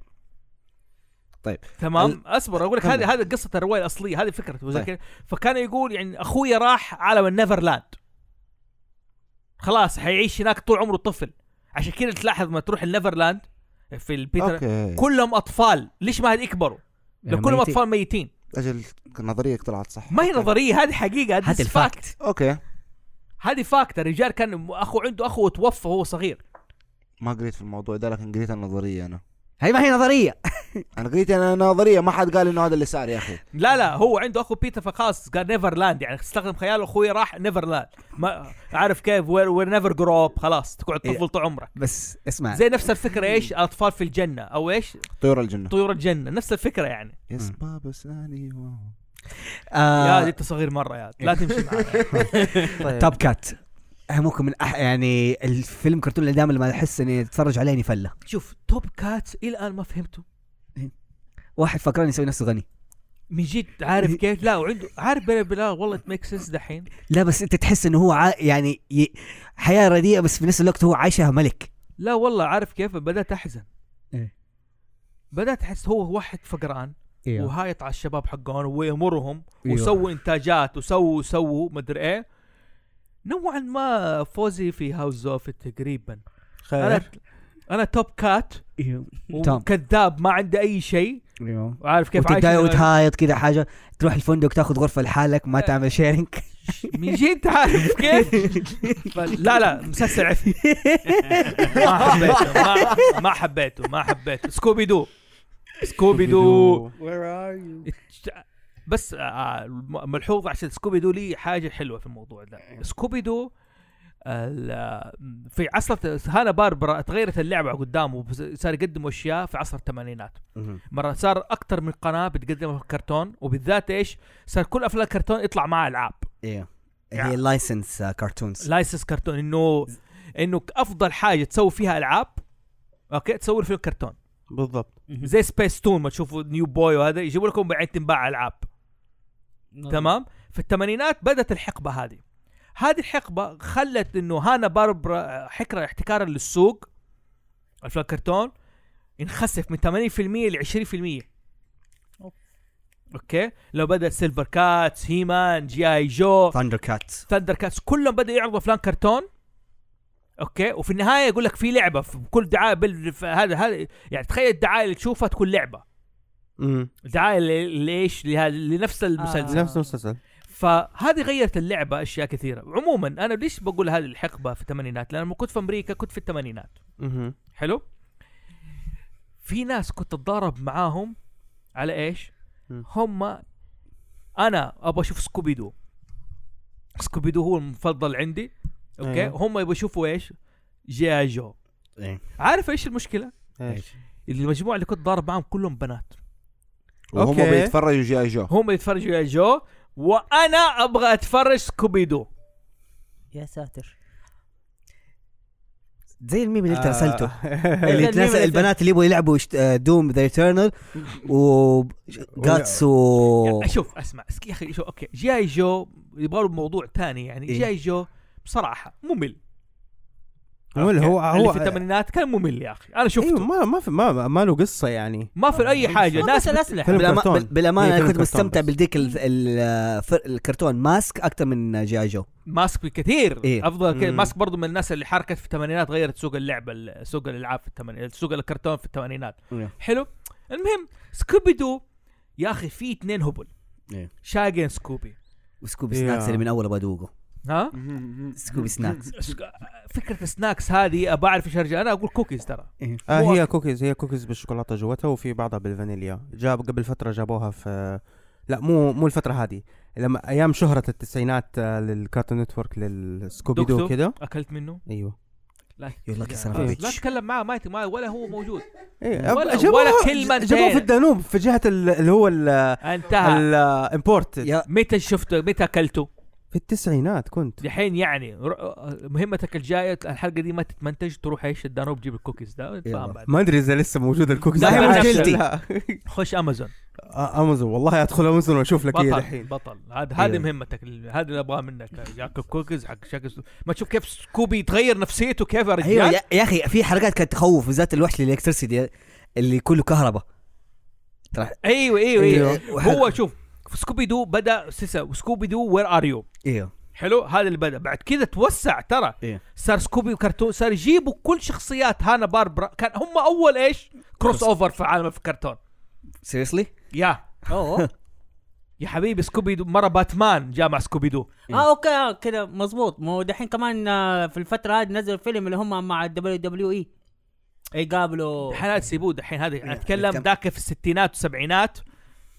طيب.
تمام
ال-
اصبر اقول لك
كمل. طيب.
هذه هذه قصه الروايه الاصليه هذه فكرته زي كذا فكان يقول يعني اخويا راح عالم النيفرلاند خلاص حيعيش هناك طول عمره طفل عشان كذا تلاحظ ما تروح النيفرلاند في البيتر
اوكي
كلهم اطفال ليش ما هاد يكبروا؟
يعني
لأن كلهم اطفال ميتين
اجل النظريه طلعت صح
ما هي
أوكي.
نظريه هذه حقيقه
هذا
هذه فاكت
الفاكت
اوكي
هذه فاكت الرجال كان اخو عنده اخو وتوفى وهو صغير
ما قريت في الموضوع ده لكن قريت النظريه انا
هي ما هي نظريه
انا قريت انا نظريه ما حد قال انه هذا اللي صار يا اخي
لا لا هو عنده اخو بيتر فخلاص قال نيفرلاند يعني استخدم خياله اخوي راح نيفرلاند ما عارف كيف وير وير نيفر جرو اب خلاص تقعد طفل طول عمرك
بس اسمع
زي نفس الفكره ايش اطفال في الجنه او ايش
طيور الجنه
طيور الجنه نفس الفكره يعني
يس بابا ثاني واو.
آه. يا دي
آه
انت صغير مره يا دي. لا تمشي معنا
توب كات ممكن من أح... يعني الفيلم كرتون اللي دائما لما احس اني اتفرج عليه اني فله
شوف توب كات الى الان ما فهمته
واحد فكرني يسوي نفسه غني
من جد عارف كيف لا وعنده عارف بلا بلا والله ات ميك سنس دحين
لا بس انت تحس انه هو ع... يعني ي... حياه رديئه بس في نفس الوقت هو عايشها ملك
لا والله عارف كيف بدات احزن
إيه.
بدات احس هو واحد فقران
إيه.
وهايط على الشباب حقهم ويمرهم
إيوه.
وسووا انتاجات وسووا سووا مدري ايه نوعا ما فوزي في هاوس اوف تقريبا
إيه.
انا
خير
انا توب كات
ايوه تمام.
وكذاب ما عندي اي شيء
ايوه
وعارف كيف عايش
وتتضايق وتهايط كده حاجه تروح الفندق تاخذ غرفه لحالك ما تعمل شيرنج
من جد عارف كيف فال- لا لا مسلسل عفي ما حبيته ما, ما حبيته ما حبيته سكوبي دو سكوبي دو بس آه، الم- ملحوظ عشان سكوبي دو لي حاجه حلوه في الموضوع ده سكوبي دو ال- آه، في عصر هانا باربرا تغيرت اللعبه قدامه بس- صار يقدموا اشياء في عصر الثمانينات مره صار اكثر من قناه بتقدم كرتون وبالذات ايش صار كل افلام الكرتون يطلع معها العاب يا.
ايوه هي uh, لايسنس كرتونز
لايسنس كرتون انه انه افضل حاجه تسوي فيها العاب اوكي تسوي فيلم كرتون
بالضبط
زي سبيس تون ما تشوفوا نيو بوي وهذا يجيبوا لكم بعدين تنباع العاب
آه. نعم.
تمام في الثمانينات بدات الحقبه هذه هذه الحقبه خلت انه هانا باربرا حكره احتكارا للسوق الافلام كرتون انخسف من 80% ل 20% اوكي لو بدات سيلفر كاتس هيمان جي اي جو
ثاندر كات
ثاندر كاتس كلهم بدأوا يعرضوا افلام كرتون اوكي وفي النهايه يقول لك في لعبه في كل دعايه بال... في هذا هذا يعني تخيل الدعايه اللي تشوفها تكون لعبه
أمم.
دعايه ل- ليش لها- لنفس المسلسل
نفس المسلسل
فهذه غيرت اللعبه اشياء كثيره عموما انا ليش بقول هذه الحقبه في الثمانينات لان لما كنت في امريكا كنت في الثمانينات
أمم.
حلو في ناس كنت اتضارب معاهم على ايش؟
مم.
هم انا ابغى اشوف سكوبيدو سكوبيدو هو المفضل عندي اوكي
أيوة.
هم يبغوا يشوفوا ايش؟ جي آي جو
آه. إيه.
عارف ايش المشكله؟
ايش
المجموعه اللي كنت ضارب معاهم كلهم بنات
وهم
أوكي.
بيتفرجوا جي اي جو
هم اللي يتفرجوا يا جو وانا ابغى اتفرج سكوبيدو
يا ساتر
زي الميم اللي انت
آه.
رسلته
الميم
اللي تناسب
اللي-
البنات اللي يبغوا يلعبوا شت- آه، دوم ذا ايترنال و جاتس و
يعني شوف اسمع اسك- يا اخي شوف اوكي جاي جو يبغى له موضوع ثاني يعني
إيه.
جاي جو بصراحه ممل
هو اللي هو
يعني اللي
هو
في الثمانينات كان ممل يا اخي انا شفته
ايوه ما ما في ما, ما له قصه يعني
ما في اي حاجه
ناس
ناس
الاسلحه
فيلم
بالأما-
كرتون.
بال- بالامانه انا
هي فيلم
كنت
كرتون
مستمتع
بس.
بديك ال- ال- آه، فر- الكرتون ماسك اكثر من جي آي جو
ماسك بكثير
إيه.
افضل كده
مم.
ماسك برضو من الناس اللي حركت في الثمانينات غيرت سوق اللعبه ال- سوق الالعاب في الثمانينات سوق الكرتون في الثمانينات
إيه.
حلو المهم سكوبي دو يا اخي في اثنين هبل
إيه.
شاقين سكوبي
وسكوبي
Yeah.
سناكس اللي من اول ابغى ادوقه
ها
سكوبي سناكس
سك- فكره السناكس هذه ابى اعرف ايش ارجع انا اقول كوكيز ترى
إيه.
آه
مو
هي كوكيز هي كوكيز بالشوكولاته جواتها وفي بعضها بالفانيليا جاب قبل فتره جابوها في لا مو مو الفتره هذه لما ايام شهره التسعينات آه، للكارتون نتورك للسكوبي دو
دكتور.
كده
اكلت منه
ايوه
لا
You lucky son of a
لا
bitch.
تتكلم معاه ما يت- ما ولا هو موجود
إيه.
ولا-
جابوه-
ولا كلمة آه.
جابوه
تاني.
في الدانوب في جهه ال- اللي هو
انتهى
الامبورت
يا
متى شفته متى اكلته
في التسعينات كنت
دحين يعني ر- مهمتك الجايه الحلقه دي ما تتمنتج تروح ايش الدانوب تجيب الكوكيز ده فاهم بعد.
ما ادري اذا لسه موجود الكوكيز
لا، هي
أنا
مشكلتي.
لا.
خش امازون
آه، امازون والله ادخل امازون واشوف لك ايه
بطل
دحين
بطل هذا هذه
إيه.
مهمتك ال- هذا اللي ابغاه منك جاك الكوكيز حق شكل سو- ما تشوف كيف سكوبي يتغير نفسيته كيف يا
ايوه
أيوة،
رجال
يا يا اخي في حلقات كانت تخوف بالذات الوحش الالكترسيتي اللي كله كهرباء ترى
ايوه
إيه.
ايوه
أيوة.
ايوه
إيوه.
هو شوف سكوبي دو بدا سيسا سكوبي دو وير ار يو
إيه.
ايوه
حلو هذا اللي بدا بعد كذا توسع ترى
إيه.
صار سكوبي وكرتون صار يجيبوا كل شخصيات هانا باربرا كان هم اول ايش كروس اوفر في عالم الكرتون
سيريسلي
يا
اوه
يا حبيبي سكوبي دو مره باتمان جاء مع سكوبي دو
اه اوكي آه، كده مظبوط ما هو دحين كمان آه، في الفتره هذه نزل فيلم اللي هم مع الدبليو إيه، دبليو اي يقابلوا
الحين هذا سيبوه الحين هذا اتكلم
نتكلم.
ذاك في الستينات والسبعينات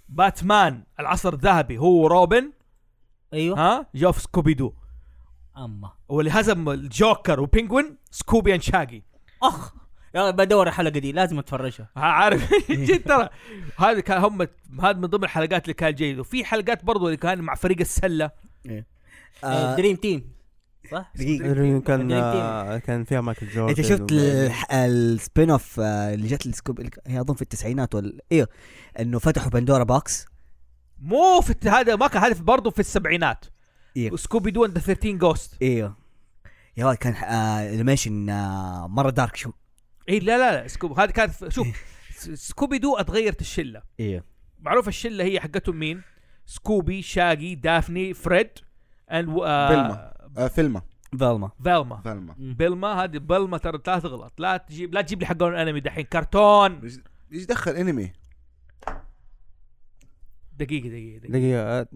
باتمان العصر الذهبي هو روبن
ايوه
ها جاء في سكوبي دو
اما
واللي هزم الجوكر وبينجوين سكوبي اند شاقي
اخ يلا بدور الحلقه دي لازم اتفرجها
ها عارف جد ترى هذا كان هم هذا من ضمن الحلقات اللي كان جيد وفي حلقات برضو اللي كان مع فريق السله
آه،
دريم تيم صح
دقيقة.
كان
دريم تيم.
آه، كان فيها مايكل جوردن
انت شفت
و-
الح- السبين اوف آه، اللي جت السكوب هي اظن في التسعينات ولا ايوه انه فتحوا بندورا باكس
مو في الت- هذا ما كان هدف برضه في السبعينات
إيه.
سكوبي دو اند 13 جوست
ايوه يا ولد كان آه، انيميشن مره دارك شو
اي إيه، لا لا لا سكوب هذا كان شوف س- سكوبي دو اتغيرت الشله
ايوه
معروف الشله هي حقتهم مين؟ سكوبي شاقي دافني فريد uh, اند
بلما. آه، فيلما
فالما
فيلما
فيلما
بيلما هذه بيلما ترى لا تغلط لا تجيب لا تجيب لي حقون الانمي دحين كرتون
ايش دخل انمي؟
دقيقه دقيقه دقيقه
دقيقة آه،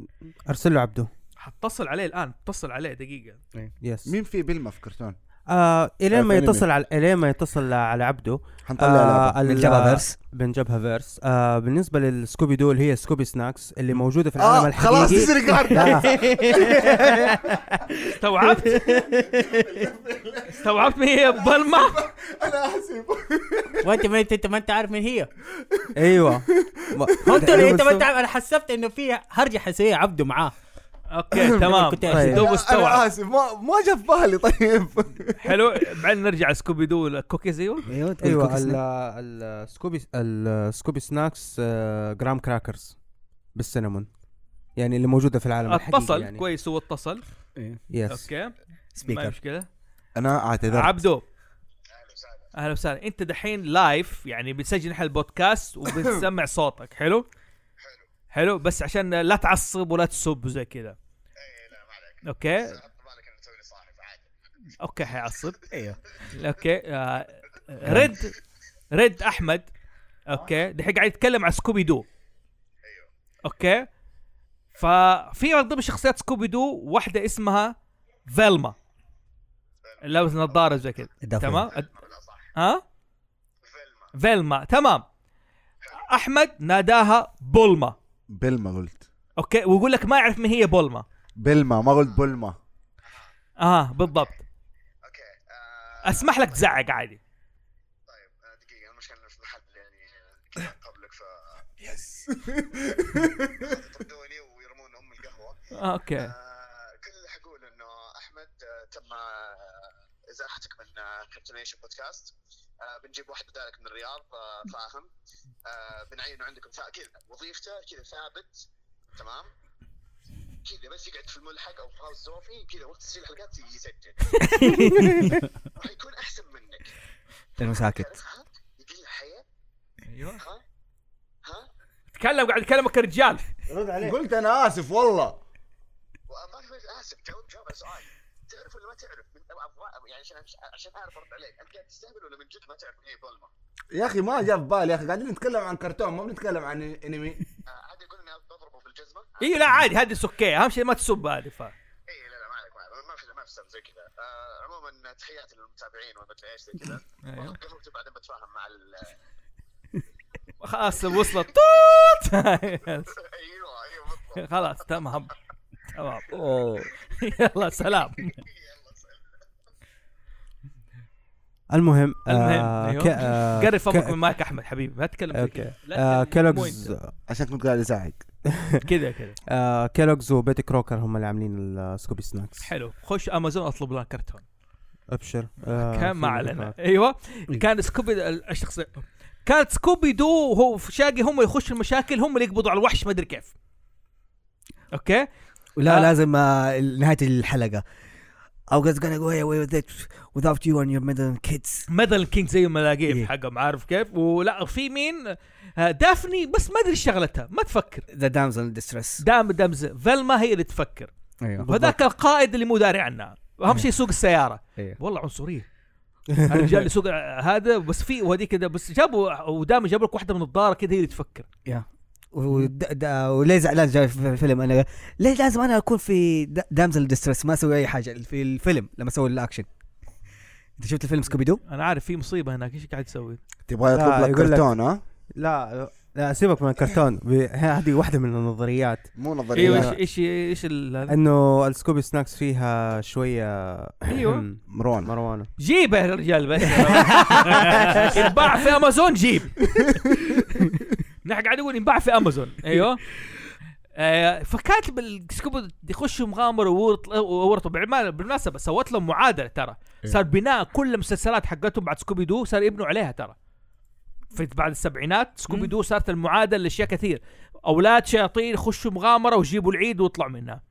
ارسل له عبده
حتصل عليه الان اتصل عليه دقيقه
يس
مين في بلما في كرتون؟
آه الين ما
آه، فيلم.
يتصل على الين ما يتصل على عبده
حنطلع لعبة.
من
آه، ال-
جابا فيرس
بنجبها فيرس آه بالنسبة للسكوبي دو اللي هي سكوبي سناكس اللي موجودة في العالم
آه
الحقيقي
خلاص ديزني
لا
استوعبت استوعبت مين هي بلما
انا احسب
وانت ما انت أنت ما انت عارف مين هي
ايوه ما-
هو انت
إيه؟
انت ما
بس-
انت عارف انا حسبت انه في هرجه حيسويها عبده معاه
اوكي تمام
كنت
طيب.
دوب
انا
استوعب
اسف ما ما جا في بالي طيب
آه.
حلو بعدين نرجع سكوبي دو الكوكيز ايوه
ايوه تقول
ايوه
كوكي
ال-
سناك.
ال- السكوبي السكوبي سناكس آه، جرام كراكرز بالسينمون يعني اللي موجودة في العالم الحقيقي
اتصل
يعني.
كويس هو اتصل
يس
اوكي ما
سبيكر
مشكله
انا اعتذر
عبدو اهلا وسهلا انت دحين لايف يعني بنسجل نحن البودكاست وبنسمع صوتك حلو حلو بس عشان لا تعصب ولا تسب وزي كذا اوكي اوكي حيعصب
ايوه
اوكي آه، رد رد احمد اوكي دحين قاعد يتكلم عن سكوبي دو اوكي ففي من ضمن شخصيات سكوبي دو واحده اسمها فيلما لابس نظاره زي كده
الدافع.
تمام أد- ها فيلما تمام احمد ناداها بولما
بلما قلت
اوكي ويقول لك ما يعرف من هي بولما
بلما ما قلت بلما
اه بالضبط
اوكي آه،
اسمح لك تزعق عادي
طيب آه، دقيقه انا مش كان في محل يعني آه، كذا قبلك ف يس يطردوني ويرمون ام القهوه
آه اوكي
آه، كل اللي حقوله انه احمد آه، تم آه، ازاحتك من كابتنيشن بودكاست آه، بنجيب واحد بدالك من الرياض آه، فاهم آه، بنعينه عندكم فا- كذا وظيفته كذا ثابت تمام كذا بس يقعد في الملحق او في هاوس زوفي كذا وقت تسجيل الحلقات يسجل راح يكون احسن منك
لانه ساكت
تعرفها؟ يقل حياه
ايوه
ها ها
تكلم قاعد يكلمك رجال
رد عليه قلت انا اسف والله
وما في اسف جاوب جاوب على سؤال تعرف ولا ما تعرف من أبغى- يعني عشان عشان اعرف ارد عليك انت قاعد تستهبل ولا من جد ما تعرف ايه بولما
يا اخي ما جاء في بالي يا اخي قاعدين نتكلم عن كرتون ما بنتكلم عن انمي
آه، عاد يقول اني بضربه بالجزمه
ايوه لا عادي هذه سكيه اهم شيء ما تسب هذه ف
اي إيه، لا لا ما عليك ما عليك ما في ما في سبب زي كذا آه عموما تحياتي للمتابعين وما ادري ايش زي كذا
ايوه
قفلت بعدين بتفاهم مع ال
خلاص وصلت توت
ايوه ايوه بالضبط
خلاص تمام تمام يلا سلام
المهم
المهم، أيوه.
آه
قرب فمك من مايك احمد حبيبي ما تتكلم زي
اوكي
كذا لا
آه
تتكلم
كيلوجز
point.
عشان كنت قاعد ازعق
كذا كذا
آه كيلوجز وبيتي كروكر هم اللي عاملين السكوبي سناكس
حلو خش امازون اطلب لنا كرتون
ابشر آه إيه.
كان ما
في
علينا
مفاق.
ايوه كان سكوبي الشخصيه كانت سكوبي دو وهو في شاقي هم يخشوا المشاكل هم اللي يقبضوا على الوحش ما ادري كيف اوكي
لا
آه.
لازم آه، نهايه الحلقه I was gonna go away with it without you and your middle kids
ميدل كينج زي الملاقيف
إيه.
حقهم عارف كيف ولا في مين آه، دافني بس ما ادري شغلتها ما تفكر
the damsel in distress
دام دمز فيلما هي اللي تفكر
ايوه
وهذاك القائد اللي مو داري عنها اهم شيء يسوق السياره
إيه.
والله عنصريه الرجال اللي يسوق هذا بس في وهذيك كذا بس جابوا ودائما جابوا لك واحده من الضاره كذا هي اللي تفكر
ود- دا- وليه زعلان جاي في الفيلم انا ليه لازم انا اكون في دامزل ديسترس ما اسوي اي حاجه في الفيلم لما اسوي الاكشن انت شفت الفيلم سكوبي دو؟
انا عارف في مصيبه هناك ايش قاعد تسوي؟
تبغى يطلب
لا،
لك
آه، يقول لك-
كرتون ها
لا لا سيبك من الكرتون ب- هذه واحده من النظريات
مو
إيوه،
ايوه ايش
نظريه
ايش ايش ال- هذا؟
انه السكوبي سناكس فيها شويه
ايوه
مروان
مروانه
جيبه يا رجال بس ينباع في امازون جيب نحن قاعد نقول ينباع في امازون ايوه آه، فكانت بالسكوب يخشوا مغامره وورط- وورطوا بالعمالة- بالمناسبه سوت لهم معادله ترى صار بناء كل المسلسلات حقتهم بعد سكوبي دو صار يبنوا عليها ترى في بعد السبعينات سكوبي دو صارت المعادله لاشياء كثير اولاد شياطين يخشوا مغامره ويجيبوا العيد ويطلعوا منها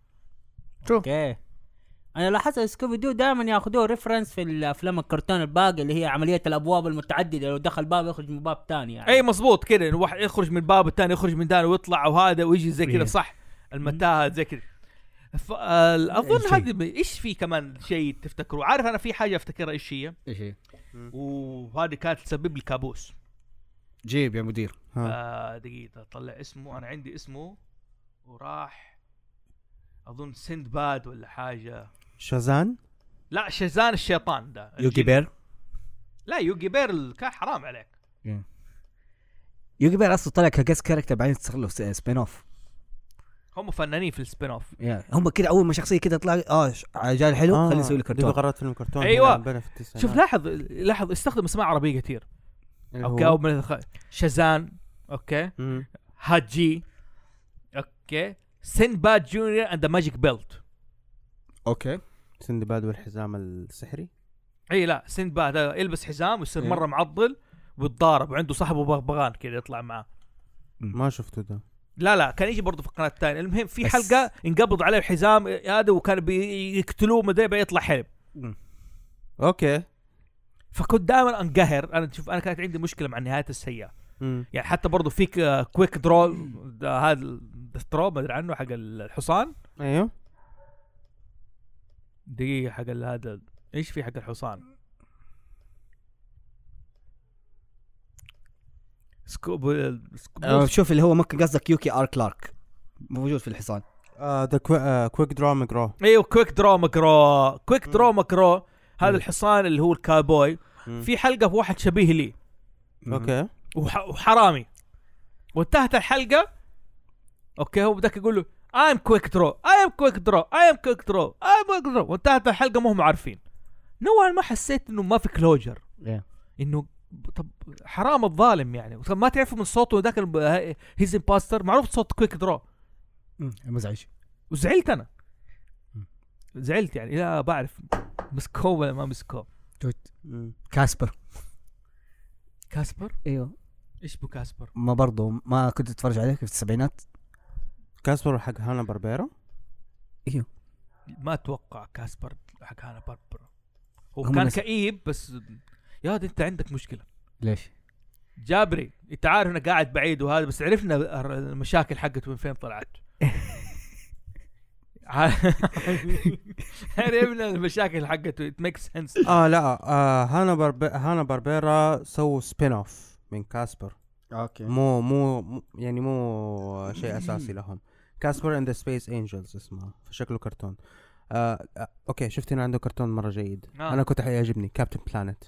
اوكي انا لاحظت سكوبي دو دائما ياخذوه ريفرنس في الافلام الكرتون الباقي اللي هي عمليه الابواب المتعدده لو دخل باب يخرج من باب ثاني يعني
اي مزبوط كذا إنه واحد يخرج من باب الثاني يخرج من ثاني ويطلع وهذا ويجي زي كذا
إيه.
صح المتاهه زي كذا ف- آه، اظن
شيء.
هذه ب- ايش في كمان شيء تفتكروا عارف انا في حاجه افتكرها ايش هي
ايش هي؟
وهذه كانت تسبب لي كابوس
جيب يا مدير
ها.
آه دقيقه اطلع اسمه انا عندي اسمه وراح اظن سندباد ولا حاجه
شازان
لا شزان الشيطان ده
يوجي
الجن.
بير
لا يوجي بير كان حرام عليك
يوجي بير اصلا طلع كجس كاركتر بعدين صار له سبين اوف
هم فنانين في السبين اوف
هم كده اول ما شخصيه كده طلع اه ش- رجال حلو خلينا نسوي له
آه، دي
كرتون
فقرات فيلم كرتون
أيوة.
هنا عندنا في التسعينات.
شوف لاحظ لاحظ استخدم اسماء عربيه كثير
اللي
اوكي
هو-
او من الخ... شازان اوكي
مم.
هاجي اوكي سينباد جونيور اند ذا ماجيك بيلت
اوكي
سندباد والحزام السحري
اي لا سينباد هذا يلبس حزام ويصير
إيه.
مره معضل ويتضارب وعنده صاحبه بغبغان كذا يطلع معاه
ما شفته ده
لا لا كان يجي برضه في القناه الثانيه المهم في
بس-
حلقه انقبض عليه الحزام هذا وكان بيقتلوه ما ادري يطلع حلم
اوكي
فكنت دائما انقهر انا تشوف انا كانت عندي مشكله مع النهايات السيئه
مم.
يعني حتى برضه فيك كويك درو آه، هذا درو ما ادري عنه حق الحصان
ايوه
دقيقة حق ال- هذا ايش في حق الحصان؟ سكوب سكوب
آه شوف اللي هو ممكن قصدك يوكي ار كلارك موجود في الحصان
آه، ذا كويك درا مجرو
ايوه كويك درو مكرو كويك درو مكرو هذا
مم.
الحصان اللي هو الكابوي
مم.
في حلقة في واحد شبيه لي
اوكي
وح- وحرامي وانتهت الحلقه اوكي هو بدك يقول له ايم كويك درو ايم كويك درو ايم كويك درو ايم كويك درو وانتهت الحلقه ما هم عارفين نوعا ما حسيت انه ما في كلوجر
إيه.
انه ب- طب حرام الظالم يعني طب ما تعرفوا من صوته ذاك هيز امباستر معروف صوت كويك درو
مزعج
وزعلت انا زعلت يعني لا بعرف مسكوه ولا ما مسكوه
كاسبر
كاسبر
ايوه
ايش بو كاسبر
ما برضو ما كنت اتفرج عليه في السبعينات
كاسبر حق هانا باربيرا
ما اتوقع كاسبر حق هانا باربرا هو
هم
كان
ناس-
كئيب بس يا دي انت عندك مشكله
ليش؟
جابري انت عارف انك قاعد بعيد وهذا بس عرفنا الر- المشاكل حقته من فين طلعت ع- عرفنا المشاكل حقته ات ميك سنس
اه لا آه هانا برب... هانا باربيرا سووا سبين اوف من كاسبر
اوكي
مو مو مو- يعني مو شيء اساسي لهم كاسبر اند ذا سبيس انجلز اسمه شكله كرتون آه آه، اوكي شفت هنا عنده كرتون مره جيد
آه.
انا كنت حيعجبني كابتن بلانت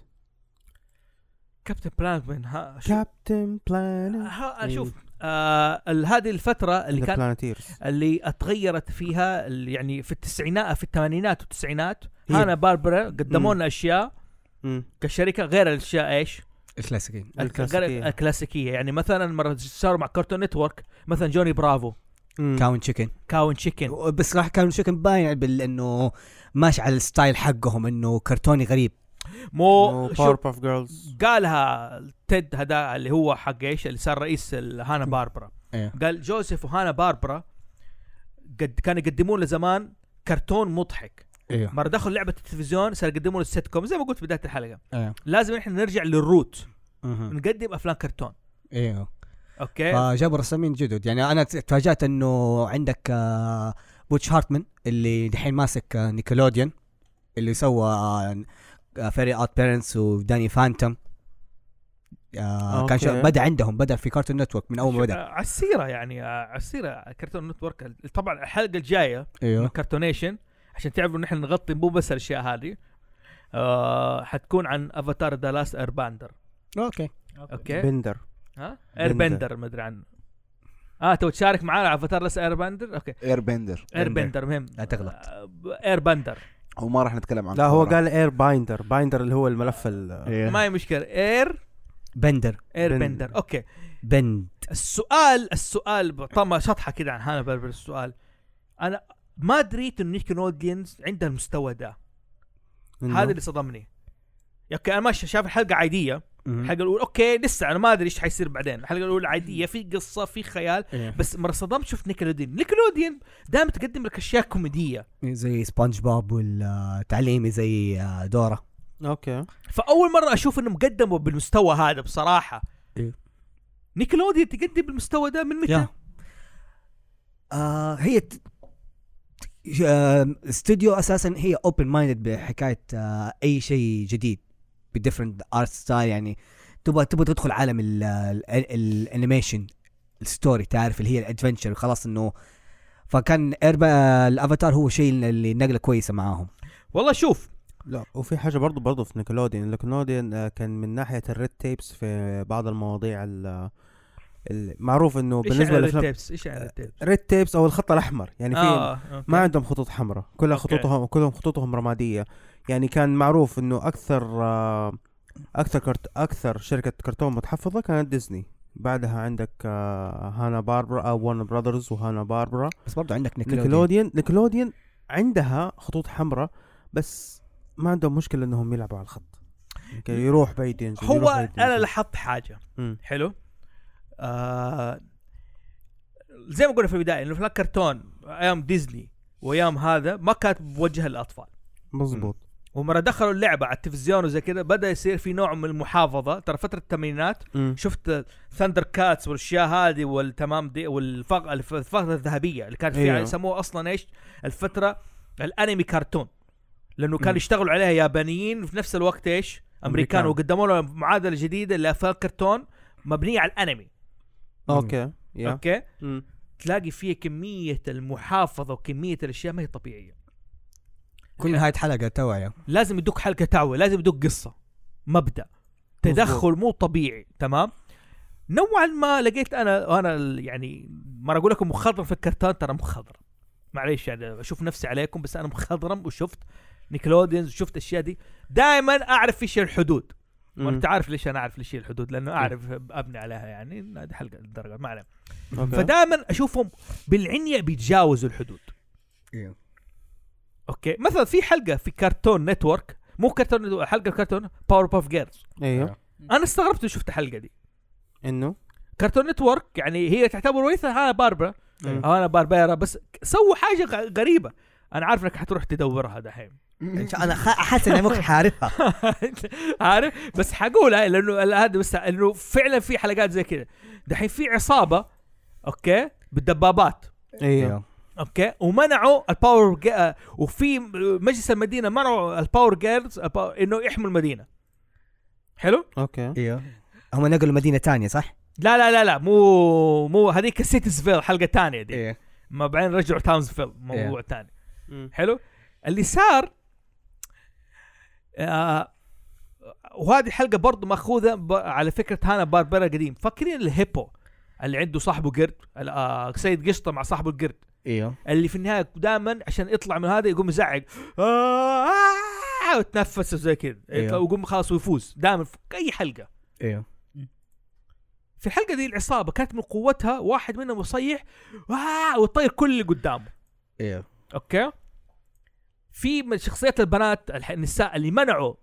كابتن بلانك من ها شوف
كابتن بلانت
ها- شوف آه ال- هذه الفترة اللي كان
بلانتيرز
اللي اتغيرت فيها ال- يعني في التسعينات في الثمانينات والتسعينات
هي.
هانا باربرا قدموا
مم.
لنا اشياء كشركه غير الاشياء ايش؟
الكلاسيكيين
الكلاسيكية. الكلاسيكيه يعني مثلا مره صار مع كارتون نتورك مثلا جوني برافو
كاون تشيكن
كاون تشيكن
إيه، بس صراحه كاون تشيكن باين بال- انه ماشي على الستايل حقهم انه كرتوني غريب
مو
باور
شوف
باف جيرلز
قالها تيد هذا اللي هو حق ايش اللي صار رئيس ال- هانا باربرا
إيه.
قال جوزيف وهانا باربرا قد كانوا يقدمون له زمان كرتون مضحك
ايوه
مره دخل لعبه التلفزيون صار يقدمون السيت كوم زي ما قلت في بدايه الحلقه
ايوه
لازم احنا نرجع للروت
مهم.
نقدم افلام كرتون
ايوه
اوكي
فجابوا رسامين جدد يعني انا تفاجات انه عندك آه، بوتش هارتمان اللي دحين ماسك آه، نيكلوديون اللي سوى آه، فيري اوت بيرنتس وداني فانتوم آه، كان
أوكي.
شا- بدا عندهم بدا في كارتون نتورك من اول ما
شوف،
بدا
آه، على السيره يعني آه، على السيره كرتون نتورك طبعا الحلقه الجايه من
ايوه
كرتونيشن عشان تعرفوا ان احنا نغطي مو بس الاشياء هذه آه حتكون عن افاتار ذا لاست ايرباندر
اوكي
اوكي
بندر
ها
بندر.
ايربندر مدري عنه اه تو تشارك معانا على افاتار لاست ايرباندر اوكي
اير بندر
ايربندر مهم
لا تغلط.
آه، ب- ايربندر
هو ما راح نتكلم عن
لا هو
كورة.
قال اير بايندر بايندر اللي هو الملف ال
ما هي مشكله اير
إيه. بندر
ايربندر اوكي
بند
السؤال السؤال طبعا شطحه كده عن هانا بربر السؤال انا ما دريت انه نيكلوديانز عندها المستوى ده
إنه-
هذا اللي صدمني اوكي انا ماشي شايف الحلقه عاديه
مهم.
الحلقه الاولى اوكي لسه انا ما ادري ايش حيصير بعدين الحلقه الاولى عاديه في قصه في خيال
إيه.
بس مره صدمت شفت نيكلوديان نيكلوديان دائما تقدم لك اشياء كوميديه
زي سبونج بوب والتعليمي زي آه، دورا
اوكي
فاول مره اشوف انه مقدمه بالمستوى هذا بصراحه
إيه.
نيكلوديان تقدم بالمستوى ده من متى
يا آه هي ت- ش- آه، استوديو اساسا هي اوبن مايندد بحكايه آه اي شيء جديد بديفرنت ارت ستايل يعني تبغى تبغى تدخل عالم ال- ال- ال- الانيميشن الستوري تعرف اللي هي الادفنشر خلاص انه فكان ايربا الافاتار هو شيء اللي نقله كويسه معاهم
والله شوف
لا وفي حاجه برضو برضو في نيكلوديان نيكلوديان آه، كان من ناحيه الريد تيبس في بعض المواضيع ال- المعروف انه
ايش يعني
بالنسبه
الريد
للافلام
تيبس ايش يعني الريد تيبس
ريد تيبس او الخط الاحمر آه. يعني في
اه أوكي.
ما عندهم خطوط حمراء كلها
أوكي.
خطوطهم كلهم خطوطهم رماديه يعني كان معروف انه اكثر آه، اكثر كرت اكثر شركه كرتون متحفظه كانت ديزني بعدها عندك آه، هانا باربرا او ون براذرز وهانا باربرا
بس برضو عندك نيكلوديون
نيكلوديان نيكلوديان عندها خطوط حمراء بس ما عندهم مشكله انهم يلعبوا على الخط يمكن يروح بعيد ينزل
هو
يروح بعيد ينزل.
انا لاحظت حاجه
مم.
حلو آه زي ما قلنا في البدايه انه في الكرتون ايام ديزني وايام هذا ما كانت موجهه للاطفال
مظبوط
ومرة دخلوا اللعبة على التلفزيون وزي كذا بدا يصير في نوع من المحافظة ترى فترة الثمانينات
مم.
شفت ثندر كاتس والاشياء هذه والتمام دي والفق الف- الفترة الذهبية اللي كانت فيها
أيوه.
يسموها اصلا ايش الفترة الانمي كرتون لانه كانوا
مم.
يشتغلوا عليها يابانيين في نفس الوقت ايش امريكان
أمريكان.
وقدموا لهم معادلة جديدة لافلام كرتون مبنية على الانمي
اوكي يا
اوكي
مم.
تلاقي فيه كمية المحافظة وكمية الاشياء ما هي طبيعية
كل نهايه حلقه توعيه
لازم يدوك حلقة تعوي لازم يدوك قصة مبدأ تدخل مو طبيعي تمام نوعا ما لقيت انا انا ال- يعني ما اقول لكم مخضرم في الكرتون ترى مخضرم معليش يعني اشوف نفسي عليكم بس انا مخضرم وشفت نيكلوديانز وشفت الاشياء دي دائما اعرف ايش الحدود
مم.
وانت عارف ليش انا اعرف ليش هي الحدود لانه اعرف ابني عليها يعني هذه حلقه الدرجه ما علينا
أوكي.
فدائما اشوفهم بالعنية بيتجاوزوا الحدود
إيه.
اوكي مثلا في حلقه في كرتون نتورك مو كرتون نتورك، حلقه كرتون باور باف جيرلز
ايوه
انا استغربت إني شفت الحلقه دي
انه كرتون
كرتون نتورك يعني هي تعتبر وريثة هانا باربرا
أيوة.
او انا باربيرا آه، بس ك- سووا حاجه غ- غريبه انا عارف انك حتروح تدورها دحين
انا خ- حاسس ان مخي حارفها
عارف بس حقولها لانه ال- هذا بس انه فعلا في حلقات زي كذا دحين في عصابه اوكي بالدبابات
ايوه
اوكي ومنعوا الباور جا... وفي مجلس المدينه منعوا الباور جيرلز البا- انه يحموا المدينه حلو
اوكي
ايوه هم نقلوا مدينه تانية صح؟
لا لا لا لا مو مو هذيك سيتيزفيل حلقه تانية دي
ايوه
ما بعدين رجعوا تاونزفيل موضوع
إيه.
تاني
مم.
حلو اللي صار آه وهذه حلقه برضو ماخوذه ب... على فكره هانا باربرا قديم فاكرين الهيبو اللي عنده صاحبه قرد ال- آه سيد قشطه مع صاحبه القرد
ايوه
اللي في النهايه دائما عشان يطلع من هذا يقوم يزعق آه، آه، وتنفس وزي كذا
أيوه.
ويقوم خلاص ويفوز دائما في اي حلقه
ايوه
في الحلقه دي العصابه كانت من قوتها واحد منهم يصيح آه، ويطير كل اللي قدامه
ايوه
اوكي في من شخصيات البنات الح- النساء اللي منعوا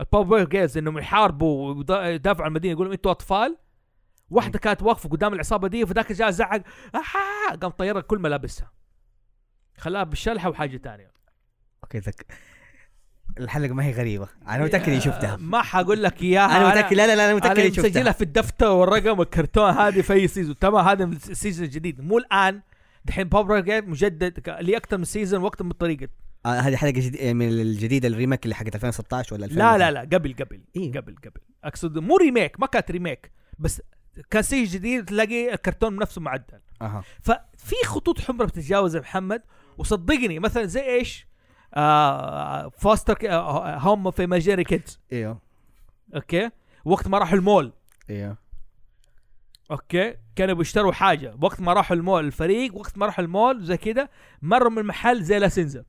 الباور جيرلز انهم يحاربوا ويدافعوا عن المدينه يقولوا انتوا اطفال واحده كانت واقفه قدام العصابه دي فذاك جاء زعق آه قام طيرها كل ملابسها خلاها بالشلحه وحاجه ثانيه
اوكي ذك الحلقه ما هي غريبه انا متاكد اني شفتها
ما حقول لك اياها
انا متاكد لا لا لا انا متاكد
انا
اني
مسجلها
شفتها
في الدفتر والرقم والكرتون هذه في اي سيزون تمام هذا من السيزون الجديد مو الان دحين باور جيم مجدد ك- لي اكثر من سيزون واكثر من طريقه
آه، هذه حلقه جديد من الجديده الريميك اللي حقت 2016 ولا 2000
لا لا لا قبل قبل
إيه.
قبل قبل اقصد مو ريميك ما كانت ريميك بس كان سيزون جديد تلاقي الكرتون نفسه معدل
اها
ففي خطوط حمراء بتتجاوز يا محمد وصدقني مثلا زي ايش؟ آه فاستر آه، هوم في ماجيري كيدز
ايوه
اوكي وقت ما راحوا المول
ايوه
اوكي كانوا بيشتروا حاجه وقت ما راحوا المول الفريق وقت ما راحوا المول زي كده مروا من محل زي لاسنزا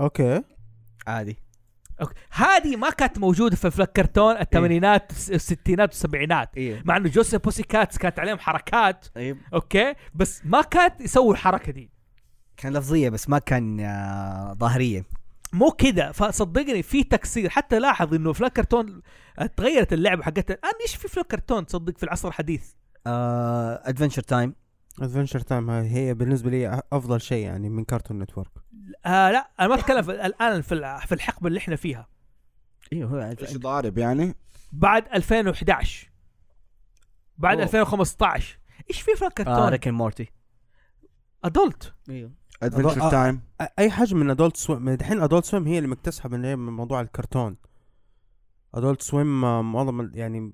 اوكي
عادي
اوكي هذه ما كانت موجوده في الكرتون الثمانينات الستينات والسبعينات
ايوه
مع انه جوزيف بوسي كاتس كانت عليهم حركات
طيب
اوكي بس ما كانت يسوي الحركه دي
كان لفظيه بس ما كان آه، ظاهريه
مو كده فصدقني في تكسير حتى لاحظ انه في الكرتون تغيرت اللعبه حقتها الان ايش في في الكرتون تصدق في العصر الحديث
ادفنشر تايم
ادفنشر تايم هي بالنسبه لي افضل شيء يعني من كارتون نتورك
آه لا انا ما اتكلم في- الان في الع- في الحقبه اللي احنا فيها
ايوه هو
ايش ضارب يعني؟
بعد 2011 بعد
أوه.
2015 ايش في في
آه
الكرتون
ريكن مورتي
ادولت
ايوه
ادفنشر
أض-
تايم
اي حاجه من ادولت سويم دحين ادولت سويم هي اللي مكتسحه من من موضوع الكرتون ادولت سويم معظم ال- يعني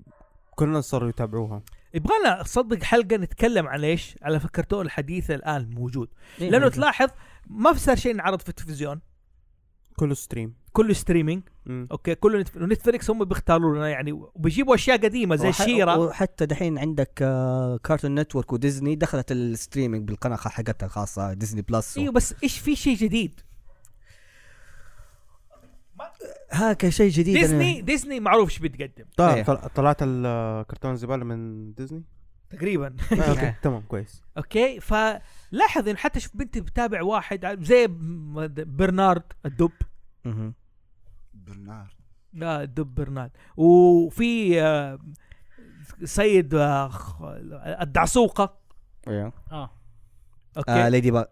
كلنا صاروا يتابعوها
يبغالنا تصدق حلقه نتكلم عن ايش على الكرتون الحديث الان موجود
إيه،
لانه
موجود.
تلاحظ ما في صار شيء ينعرض في التلفزيون
كله ستريم
كله ستريمينج
مم.
اوكي كله نتف... نتفليكس هم بيختاروا لنا يعني وبيجيبوا اشياء قديمه زي
وح-
شيرا
وحتى دحين عندك كارتون نتورك وديزني دخلت الستريمينج بالقناه حقتها الخاصه ديزني بلس
ايوه بس ايش في شيء جديد؟
هاك شيء جديد أنا-
ديزني ديزني معروف ايش بتقدم
طلع
إيه.
طلع- طلعت الكرتون الزباله من ديزني
تقريبا
آه، اوكي تمام كويس
اوكي فلاحظ انه حتى شوف بنتي بتابع واحد ع- زي م- برنارد الدب
مهم.
بالنار
لا آه، الدب برنارد وفي آه، سيد آه، خ- الدعسوقه
ايوه
اه
اوكي
آه، ليدي با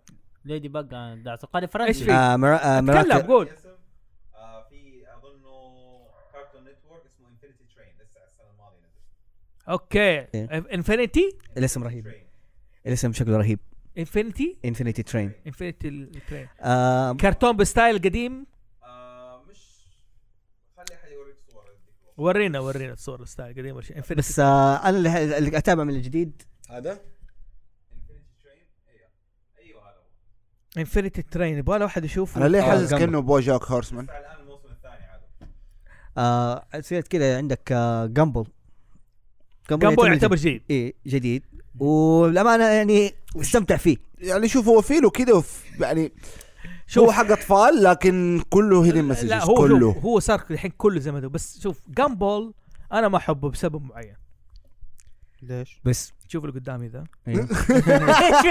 ليدي بق آه، دعسه قال
إيش
فرنسي
في؟
آه، مرا- آه،
تكلم
مرات
قول
آه، في اظنه كارتون نتورك اسمه انفينيتي ترين لسه السنه الماضيه نزل
اوكي انفينيتي
الاسم رهيب الاسم شكله رهيب
انفينيتي
انفينيتي ترين
انفينيتي الترين
آه،
كرتون بستايل قديم
آه مش خلي احد يوريك صور اديك وقت.
ورينا ورينا الصور الستايل قديم وش- Infinity.
بس آه، انا اللي- اللي اتابع من الجديد
هذا؟
انفينيتي ترين ايوه ايوه هذا هو
انفينيتي ترين يبغى له واحد يشوفه
انا ليه
آه،
حاسس
جنب.
كانه بوجاك هورسمان؟
لسه الان الموسم الثاني عاد
آه سيرة كذا عندك آه جامبل
جامبو يعتبر جديد
ايه جديد والامانه يعني استمتع فيه
يعني شوف هو فيلو كده وف- يعني
شوف.
هو حق اطفال لكن كله هيدن مسجز
لا هو كله
كله
هو صار الحين كله زي ما هو، بس شوف جامبول انا ما احبه بسبب معين
ليش؟
بس
شوف اللي قدامي ذا
إيه.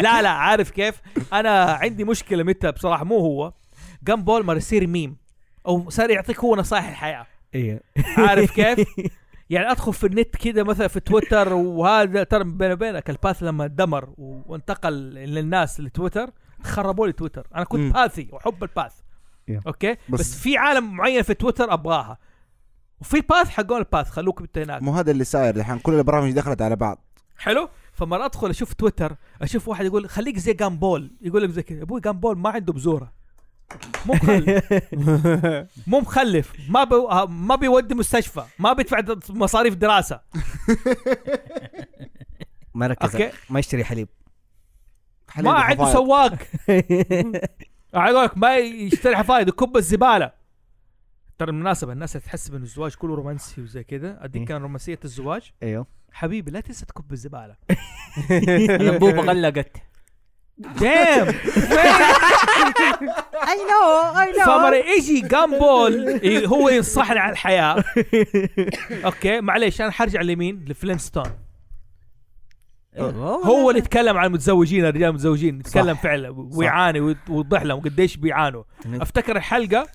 لا لا عارف كيف انا عندي مشكله متى بصراحه مو هو جامبول ما يصير ميم او صار يعطيك هو نصائح الحياه إيه.
ايه
عارف كيف؟ يعني ادخل في النت كده مثلا في تويتر وهذا ترى بيني وبينك الباث لما دمر وانتقل للناس لتويتر خربوا لي تويتر انا
مم.
كنت باثي واحب الباث
يا.
اوكي بس,
بس-
بس في عالم معين في تويتر ابغاها وفي باث حقون الباث خلوك انت هناك
مو هذا اللي صاير الحين كل البرامج دخلت على بعض
حلو فمرة ادخل اشوف تويتر اشوف واحد يقول خليك زي جامبول يقول لك زي كذا ابوي جامبول ما عنده بزوره مو مخلف مو مخلف ما بي... ما بيودي مستشفى ما بيدفع د- مصاريف دراسه
ما ركز
أوكي.
ما يشتري حليب
ما عنده سواق اقول لك ما يشتري حفايد يكب الزباله ترى بالمناسبه الناس اللي تحسب ان الزواج كله رومانسي وزي كذا اديك
إيه.
كان رومانسيه الزواج
ايوه
حبيبي لا تنسى تكب الزباله
الانبوبه غلقت
دام
اي نو اي
فمر يجي جامبول ي- هو ينصحنا على الحياه اوكي معليش انا حرجع لمين لفلينستون هو اللي يتكلم عن المتزوجين الرجال المتزوجين يتكلم فعلا ويعاني ويت- ويوضح لهم قديش بيعانوا
نعم.
افتكر الحلقه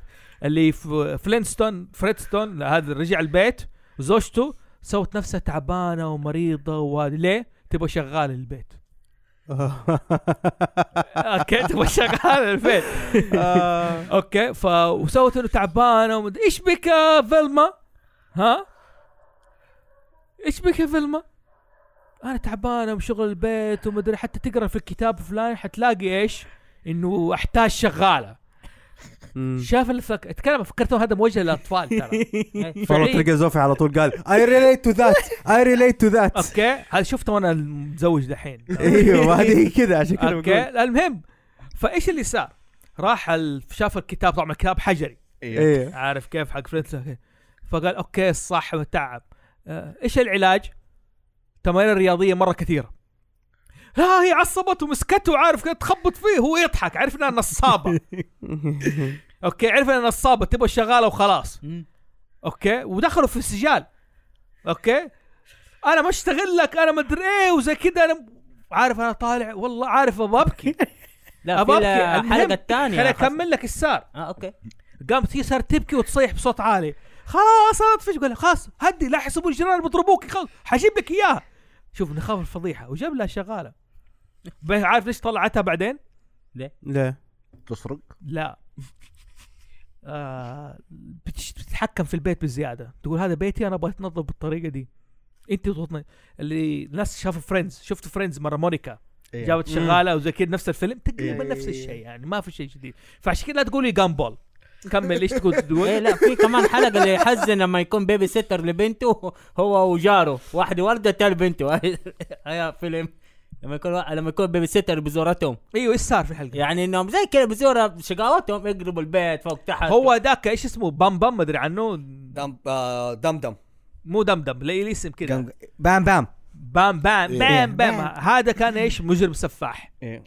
اللي في فلينستون فريدستون هذا رجع البيت وزوجته سوت نفسها تعبانه ومريضه وهذه ليه؟ تبغى شغال البيت اوكي تبغى شغال البيت آه، اوكي ف وسوت انه تعبانه ومد... ايش بك يا فيلما؟ ها؟ ايش بك يا فيلما؟ انا تعبانه وشغل البيت ومدري حتى تقرا في الكتاب فلان حتلاقي ايش؟ انه احتاج شغاله شاف اللي فك... اتكلم فكرتهم هذا موجه للاطفال ترى يعني
والله
فعلياً.
تلقى زوفي على طول قال اي ريليت تو ذات اي ريليت تو ذات
اوكي هذا شفته وانا المتزوج دحين
ايوه هذه كذا عشان كذا
اوكي المهم فايش اللي صار؟ راح ال... شاف الكتاب طبعا الكتاب حجري
إيه.
ايوه
عارف كيف حق فليت فقال اوكي الصح متعب آه، ايش العلاج؟ تمارين رياضيه مره كثيره لا هي عصبته ومسكته وعارف كيف تخبط فيه هو يضحك عرف انها نصابه اوكي عرف انها نصابه تبغى شغاله وخلاص اوكي ودخلوا في السجال اوكي انا ما اشتغل لك انا ما ادري ايه وزي كذا انا عارف انا طالع والله عارف ابغى ابكي
لا
ابغى
في
ابكي
لا-
المهم،
الحلقه الثانيه
خليني اكمل لك السار
اه اوكي
قامت هي صارت تبكي وتصيح بصوت عالي خلاص انا اطفش قال لها خلاص هدي لا يحسبوا الجيران بيضربوك خلاص حجيب لك اياها شوف نخاف الفضيحه وجاب لها شغاله بس عارف ليش طلعتها بعدين؟
لا
تسرق
لا آه بتش- بتتحكم في البيت بالزياده تقول هذا بيتي انا ابغى اتنظف بالطريقه دي انت تضغطني اللي الناس شافوا فريندز شفت فريندز مره مونيكا
إيه.
جابت شغاله وزي كذا نفس الفيلم تقريبا نفس الشيء يعني ما في شيء جديد فعشان كذا لا تقولي جامبول كمل ليش تقول تقول
ايه لا في كمان حلقه اللي يحزن لما يكون بيبي سيتر لبنته هو وجاره واحد ورده تال بنته هيا فيلم لما يكون لما يكون بيبي سيتر بزورتهم
ايوه ايش صار في الحلقه؟
يعني انهم زي كذا بزور شقاوتهم يقربوا البيت فوق تحت
هو ذاك ايش اسمه بام بام مدري عنه
دم آه، دم دم
مو دمدم لي لي اسم كذا
دم- بام بام
بام بام
إيه.
بام بام هذا كان ايش مجرم سفاح
إيه.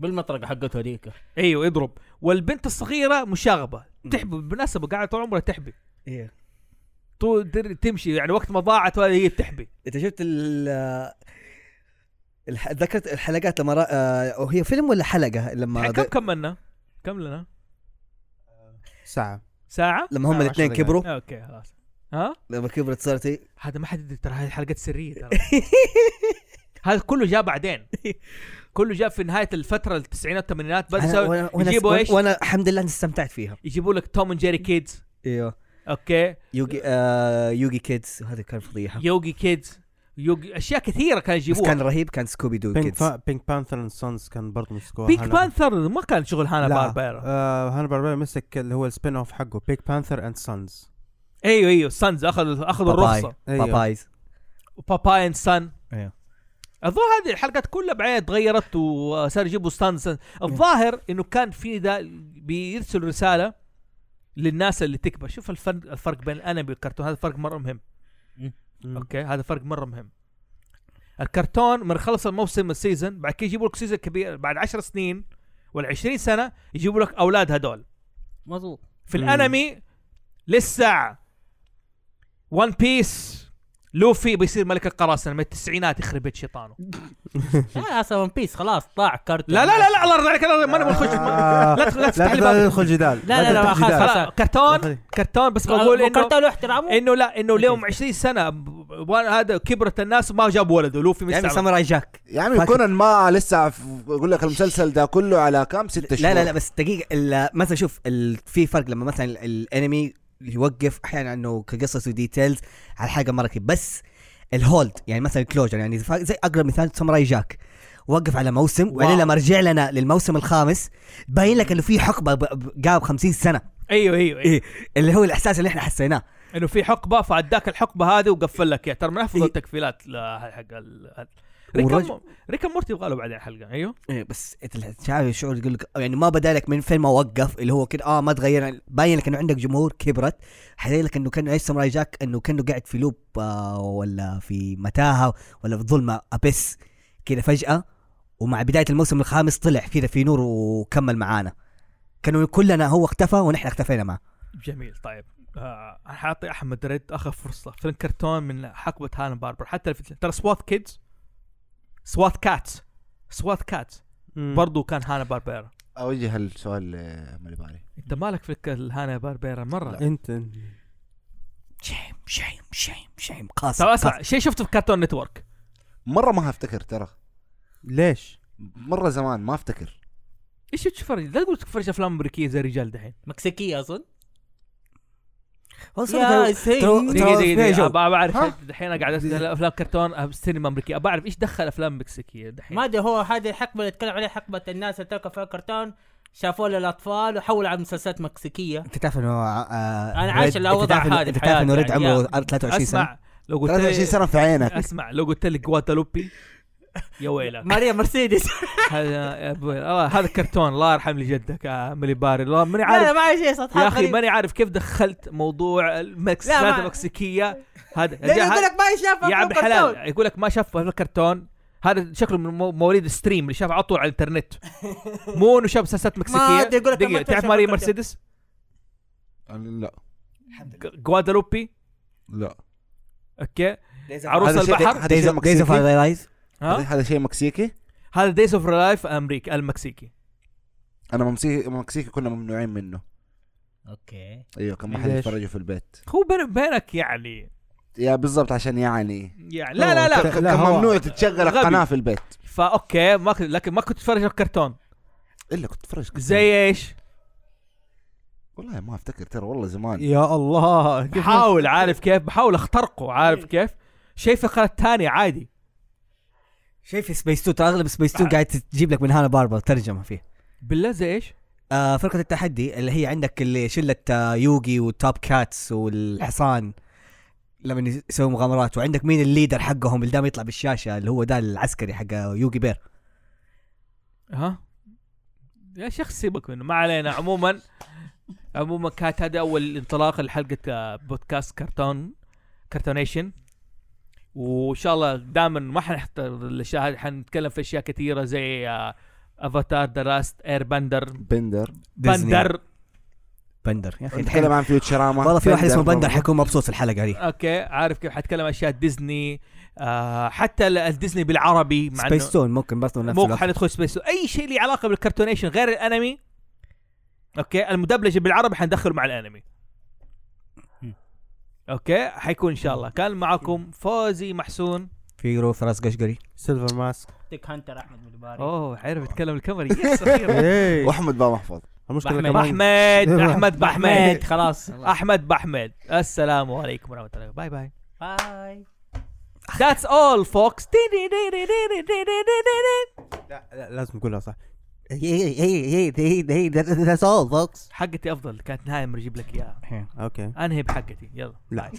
بالمطرقه حقته هذيك
ايوه يضرب والبنت الصغيره مشاغبه تحبي بالمناسبه قاعده طول عمرها تحبي
إيه.
طول در- تمشي يعني وقت ما ضاعت ولا هي بتحبي
انت شفت ال آه، الح- ذكرت الحلقات لما را... آه، وهي فيلم ولا حلقه لما
الحين كم كملنا؟ كم لنا؟
ساعة
ساعه؟
لما هم
عشر
الاثنين
دقايق.
كبروا
اوكي خلاص ها؟
لما كبرت صارت إيه؟ هي-
هذا ما حد يدري ترى هذه حلقات سريه ترى هذا كله جاء بعدين كله جاء في نهايه الفتره التسعينات والثمانينات
أنا-
بدا
وانا وانا-
يجيبوا ايش؟
وانا الحمد لله اني استمتعت فيها
يجيبوا لك توم اند جيري كيدز
ايوه
اوكي
يوجي آه يوجي كيدز هذا كان فضيحه
يوجي كيدز يوجي اشياء كثيره كانوا
بس كان
يجيبوها
رهيب كان سكوبي دو
بينك
كيدز
فا... بينك بانثر اند سونز كان برضه مسكوها
بيك
هانا-
بانثر ما كان شغل هانا
لا
باربيرا
آه هانا باربيرا مسك اللي هو السبين اوف حقه بيك بانثر اند سونز
ايوه ايوه سانز اخذوا اخذوا
باباي.
الرخصه
أيوه.
بابايز
وباباي اند سان
أيوه.
الظاهر هذه الحلقات كلها بعدين تغيرت وصار يجيبوا ستانز الظاهر انه كان في ذا بيرسل رساله للناس اللي تكبر شوف الفرق الفرق بين الانمي والكرتون هذا فرق مره مهم
مم.
اوكي هذا فرق مره مهم الكرتون من خلص الموسم السيزون بعد كذا يجيبوا لك سيزون كبير بعد 10 سنين ولا 20 سنه يجيبوا لك اولاد هذول
مظبوط
في الانمي لسه ون بيس لوفي بيصير ملك القراصنه من التسعينات يخرب بيت شيطانه
لا اصلا ون بيس خلاص طاع كرتون
لا لا لا لا الله يرضى عليك الله ما نبغى نخش ما- لا تخ- لا تفتح لي
لا
باب
تدخل جدال
لا، لا، لا،
تدخل
خلاص،
جدال.
خلاص.
خلاص، كرتون كرتون بس بقول انه
كرتون له احترامه
انه لا انه اليوم 20 سنه ب- ب- هذا كبرت الناس وما جاب ولده لوفي
يعني
مستعبد
ساموراي جاك
يا عمي يعني كونان ما لسه ف- اقول لك المسلسل ده كله على كم ستة شهور
لا لا لا بس دقيقة ال- مثلا شوف ال- في فرق لما مثلا ال- الانمي يوقف احيانا انه كقصص وديتيلز على حاجة مرة كده بس الهولد يعني مثلا كلوجر يعني ف- زي اقرب مثال ساموراي جاك وقف على موسم وبعدين لما رجع لنا للموسم الخامس باين لك انه في حقبه ب- ب- قاب 50 سنه
ايوه ايوه, أيوه.
إيه اللي هو الاحساس اللي احنا حسيناه
انه في حقبه فعداك الحقبه هذه وقفل لك اياها ترى من افضل التكفيلات ل- حق ال-
والرجل-
ريكا ريكا مورتي يبغى له بعدين حلقه ايوه
إيه بس أنت اللي شعور الشعور يقول لك يعني ما بدا لك من فين ما وقف اللي هو كده اه ما تغير باين لك انه عندك جمهور كبرت حيلاقي لك انه كان ايش ساموراي جاك انه كانه قاعد في لوب آه ولا في متاهه ولا في ظلمه ابس كده فجاه ومع بدايه الموسم الخامس طلع كده في نور وكمل معانا كانوا كلنا هو اختفى ونحن اختفينا معه
جميل طيب آه، انا حاعطي احمد ريد اخر فرصه فيلم كرتون من حقبه هانا باربر حتى الفت- ترى سوات كيدز سوات كاتس سوات كاتس
مم.
برضو كان هانا باربيرا
اوجه السؤال آه، لمالي باري
انت مالك في الهانا باربيرا مره
انت
شيم شيم شيم شيم قاسم
طب
قاسم.
اسمع شيء طيب، شفته في كرتون نتورك
مره ما هفتكر ترى
ليش؟
مره زمان ما افتكر
ايش تفرج لا تقول تفرج افلام امريكيه زي الرجال دحين
مكسيكيه اظن
هو صراحة
يا
ترى-
سيد.
ترى-
دقيقه
ترى
دقيقه
فيها جو.
دقيقه ابغى اعرف دحين أنا قاعد اسال افلام كرتون آه، سينما امريكيه ابغى اعرف ايش دخل افلام مكسيكيه دحين
ما ادري هو هذه الحقبه اللي اتكلم عليها حقبه الناس اللي تركوا فيها كرتون شافوه للاطفال وحولوا على مسلسلات مكسيكيه
انت تعرف انه آه،
أنا عايش
ريد-
الأوضاع
أنت تعرف إنه-
هذه
انت تعرف انه
بحياتي
ريد
يعني،
عمره
يا.
23 سنه
اسمع لو قلت
23
لي
سنه في عينك
اسمع لو قلت لك جواتلوبي يا ويلك
ماريا مرسيدس
هذا يا أبوي، الله، هذا كرتون الله يرحم لي جدك يا ملي باري الله ماني
لا لا
عارف
ما هي شيء سطحي
يا اخي ماني عارف كيف دخلت موضوع
لا،
المكسات
ما-
المكسيكيه هذا جا-
يقول
هذا-
لك ما هي شافها
يا
في
عبد
الكرتون.
الحلال يقول لك ما شاف هذا الكرتون هذا شكله من مو- مواليد ستريم اللي شاف على طول على الانترنت مو انه شاف مسلسلات مكسيكيه
أدري، يقول لك لما
دقيقه تعرف
تشوف
ماري
الكرتون.
مرسيدس
لا
جوادالوبي
لا
اوكي عروس
هذا شيء-
البحر
هذا شيء
دايز اوف
مكسيكي؟
رايز
ها
هذا شيء مكسيكي
هذا دايز اوف لايف امريكا المكسيكي
انا ممسي- مكسيكي كنا ممنوعين منه
اوكي
ايوه كان ما حد
ليش؟
يتفرجوا في البيت
هو بيني وبينك يعني
يا بالضبط عشان يعني
يعني لا لا لا
أوكي.
كان
لا، هو-
ممنوع تتشغل القناه في البيت
فا اوكي ما كنت لكن ما كنت تتفرج على الكرتون
الا كنت اتفرج كنت-
إيه.
زي ايش؟
والله ما افتكر ترى والله زمان
يا الله إيه. كيف
بحاول عارف كيف؟ بحاول اخترقه عارف كيف؟ شيء في القناه الثانيه عادي
شايف سبيس تون ترى اغلب سبيس
آه.
تون قاعد تجيب لك من هانا باربر ترجمه فيه
بالله زي ايش؟
آه فرقة التحدي اللي هي عندك اللي شلة آه يوغي وتوب كاتس والحصان لما يسوي مغامرات وعندك مين الليدر حقهم اللي دائما يطلع بالشاشة اللي هو ده العسكري حق يوغي بير
ها؟ يا شيخ سيبك منه ما علينا عموما عموما كانت هذه اول انطلاق لحلقه آه، بودكاست كرتون كرتونيشن وان شاء الله دائما ما حنحضر الاشياء هذه حنتكلم في اشياء كثيره زي آه، افاتار ذا لاست اير بندر
بندر
ديزني.
بندر
بندر يا اخي
نتكلم
الحين
عن فيوتشراما
والله في واحد اسمه بندر
برضه.
حيكون مبسوط في الحلقة دي
اوكي عارف كيف حتكلم اشياء ديزني آه حتى ال- الديزني بالعربي مع
سبيس
انه
تون ممكن برضه نفس
مو
الوقت
حندخل سبيس تون. اي شيء له علاقه بالكرتونيشن غير الانمي اوكي المدبلجه بالعربي حندخله مع الانمي اوكي حيكون ان شاء الله كان معكم فوزي محسون
في روف راس قشقري
سيلفر ماسك
تك هانتر احمد مليباري
اوه عارف يتكلم الكاميرا يس أخيراً.
إيه.
واحمد بابا محفوظ
المشكله
بحمد.
كمان
احمد احمد
احمد
بحمد
خلاص
احمد بحمد السلام عليكم ورحمه الله باي باي
باي
That's all folks
لا لا لازم نقولها صح
هي هي هي هي ذاتس اول فوكس
حقتي افضل كانت نهايه مرة اجيب لك اياها
اوكي
انهي بحقتي يلا
لا